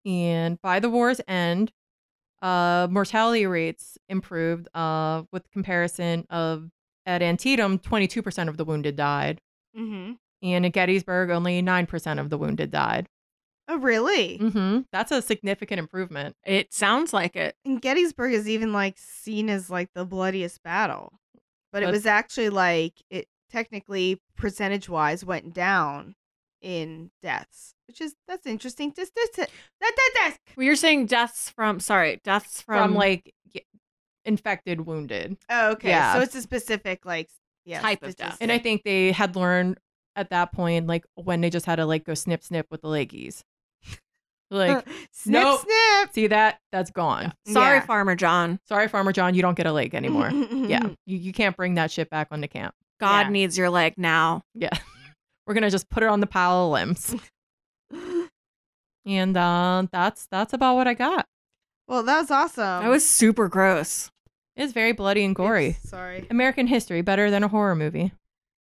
And by the war's end, uh, mortality rates improved uh, with comparison of at Antietam, 22% of the wounded died.
Mm-hmm.
And at Gettysburg, only 9% of the wounded died.
Oh, really?
hmm That's a significant improvement.
It sounds like it.
And Gettysburg is even like seen as like the bloodiest battle. But it
But-
was actually like it technically percentage wise went down in deaths, which is that's interesting. Just that that that
Well, you're saying deaths from sorry, deaths from,
From like y- infected, wounded.
Oh, okay.
Yeah.
So it's a specific like yeah,
Type of death.
And I think they had learned at that point, like when they just had to like go snip snip with the leggies. Like,
snip
nope.
snip
see that? That's gone.
sorry,
Yeah.
Farmer John.
Sorry, Farmer John, you don't get a leg anymore. yeah. You you can't bring that shit back on the camp.
God
Yeah.
needs your leg now.
Yeah. We're gonna just put it on the pile of limbs. And uh, that's that's about what I got.
Well, that was awesome.
That was super gross.
It's very bloody and gory.
Oops, sorry.
American history, better than a horror movie.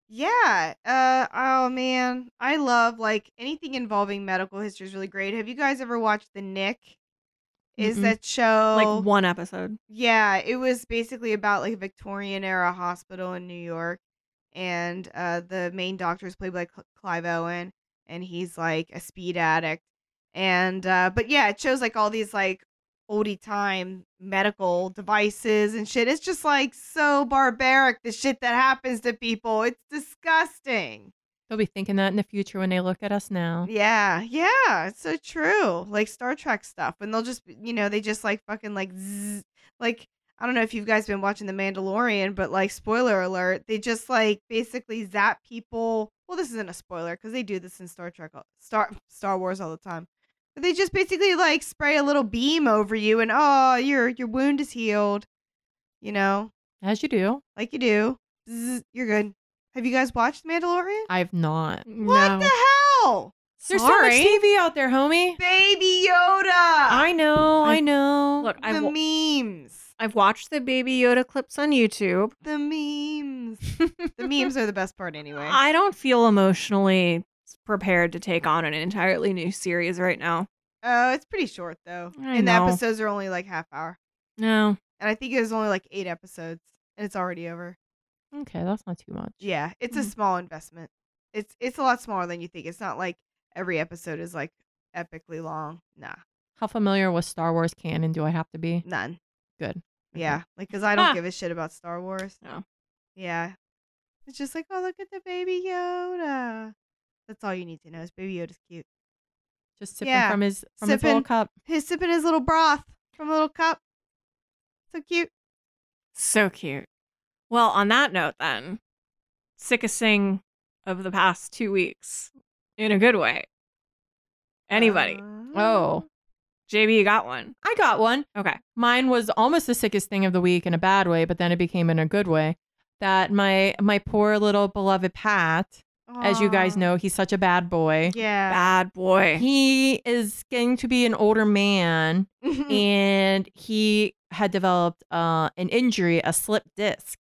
Yeah. Uh oh man. I love like anything involving medical history is really great. Have you guys ever watched The Nick? Is
Mm-mm.
that show
Like one episode.
Yeah, it was basically about like a Victorian era hospital in New York, and uh, the main doctor is played by Cl- Clive Owen, and he's like a speed addict, and uh, but yeah, it shows like all these like oldie time medical devices and shit. It's just like so barbaric the shit that happens to people. It's disgusting.
They'll be thinking that in the future when they look at us now.
Yeah, yeah, it's so true. Like Star Trek stuff, and they'll just, you know, they just like fucking like, zzz, like I don't know if you guys been watching The Mandalorian, but like spoiler alert, they just like basically zap people. Well, this isn't a spoiler because they do this in Star Trek, all- Star Star Wars all the time. But they just basically like spray a little beam over you, and oh, your your wound is healed. You know,
As you do.
like you do. Zzz, you're good. Have you guys watched Mandalorian?
I've not.
Mm,
What the hell?
There's
sorry.
so much TV out there, homie.
Baby Yoda.
I know,
I-
I know.
Look,
the
I've, wa-
memes.
I've watched the Baby Yoda clips on YouTube.
The memes. The memes are the best part anyway.
I don't feel emotionally prepared to take on an entirely new series right now.
Oh, it's pretty short though.
I
and the
know.
episodes are only like half hour.
No.
And I think it was only like eight episodes and it's already over.
okay, that's not too much.
Yeah, it's a
Mhm.
small investment. It's it's a lot smaller than you think. It's not like every episode is like epically long. Nah,
How familiar with Star Wars canon do I have to be?
none.
Good. Okay.
Yeah, like cuz I don't
Ah.
give a shit about Star Wars.
No.
Yeah. It's just like, "Oh, look at the baby Yoda." That's all you need to know. Is baby Yoda's cute.
Just sipping
Yeah.
from his from his little
Sipping.
cup.
He's sipping his little broth from a little cup. So cute.
So cute. Well, on that note, then, sickest thing of the past two weeks in a good way. Anybody.
Uh,
Oh.
JB, you got one.
I got one.
Okay.
Mine was almost the sickest thing of the week in a bad way, but then it became in a good way. That my my poor little beloved Pat, as you guys
Aw.
know, he's such a bad boy.
Yeah.
Bad boy.
He is getting to be an older man
Mm.
and he had developed uh, an injury, a slipped disc.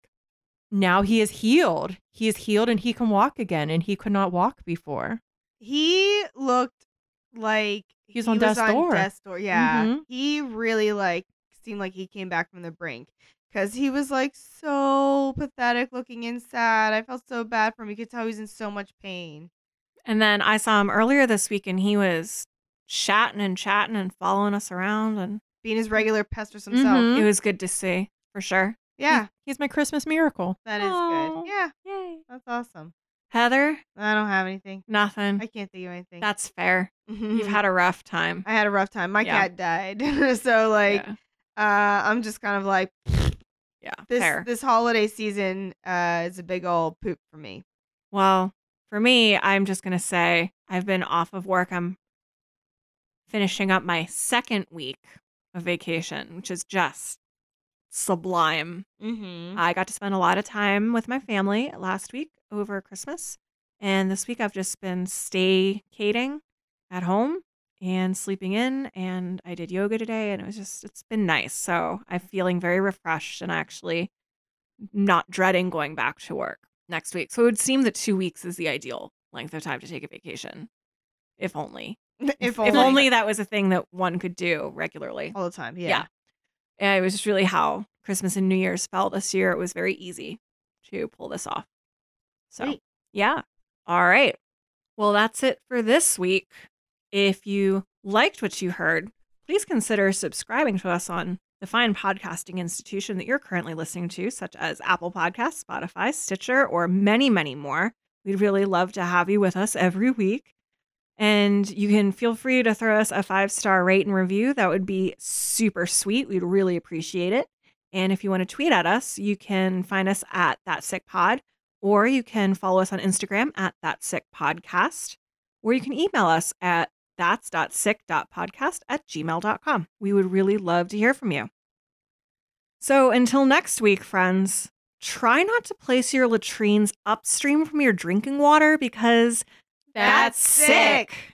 Now he is healed. He is healed and he can walk again, and he could not walk before.
he looked like
He was
he
on death's door.
death's door. Yeah,
Mhm.
he really like seemed like he came back from the brink because he was like so pathetic looking and sad. I felt so bad for him. You could tell he was in so much pain.
And then I saw him earlier this week and he was chatting and chatting and following us around and
Being his regular pesters himself.
Mhm.
it was good to see for sure.
Yeah,
He's my Christmas miracle.
that is
Aw.
good. Yeah,
Yay.
that's awesome.
Heather,
I don't have anything.
nothing.
I can't think of anything.
That's fair. You've had a rough time.
Mm-hmm. I had a rough time. My
Yeah.
cat died, so like
yeah,
uh, I'm just kind of like
yeah
this.
fair.
This holiday season uh, is a big old poop for me.
Well, for me, I'm just going to say I've been off of work. I'm finishing up my second week of vacation, which is just sublime.
Mm-hmm.
I got to spend a lot of time with my family last week over Christmas. And this week, I've just been staycating at home and sleeping in. And I did yoga today, and it was just, it's been nice. So I'm feeling very refreshed and actually not dreading going back to work next week. So it would seem that two weeks is the ideal length of time to take a vacation, if only.
If
If only that was a thing that one could do regularly.
all the time. Yeah.
Yeah. And it was just really how Christmas and New Year's felt this year. It was very easy to pull this off. So,
Sweet.
yeah. All right. Well, that's it for this week. If you liked what you heard, please consider subscribing to us on the fine podcasting institution that you're currently listening to, such as Apple Podcasts, Spotify, Stitcher, or many, many more. We'd really love to have you with us every week. And you can feel free to throw us a five star rate and review. That would be super sweet. We'd really appreciate it. And if you want to tweet at us, you can find us at That Sick Pod, or you can follow us on Instagram at That Sick Podcast, or you can email us at that's.sick.podcast at gmail.com. We would really love to hear from you. So until next week, friends, try not to place your latrines upstream from your drinking water because
That's sick.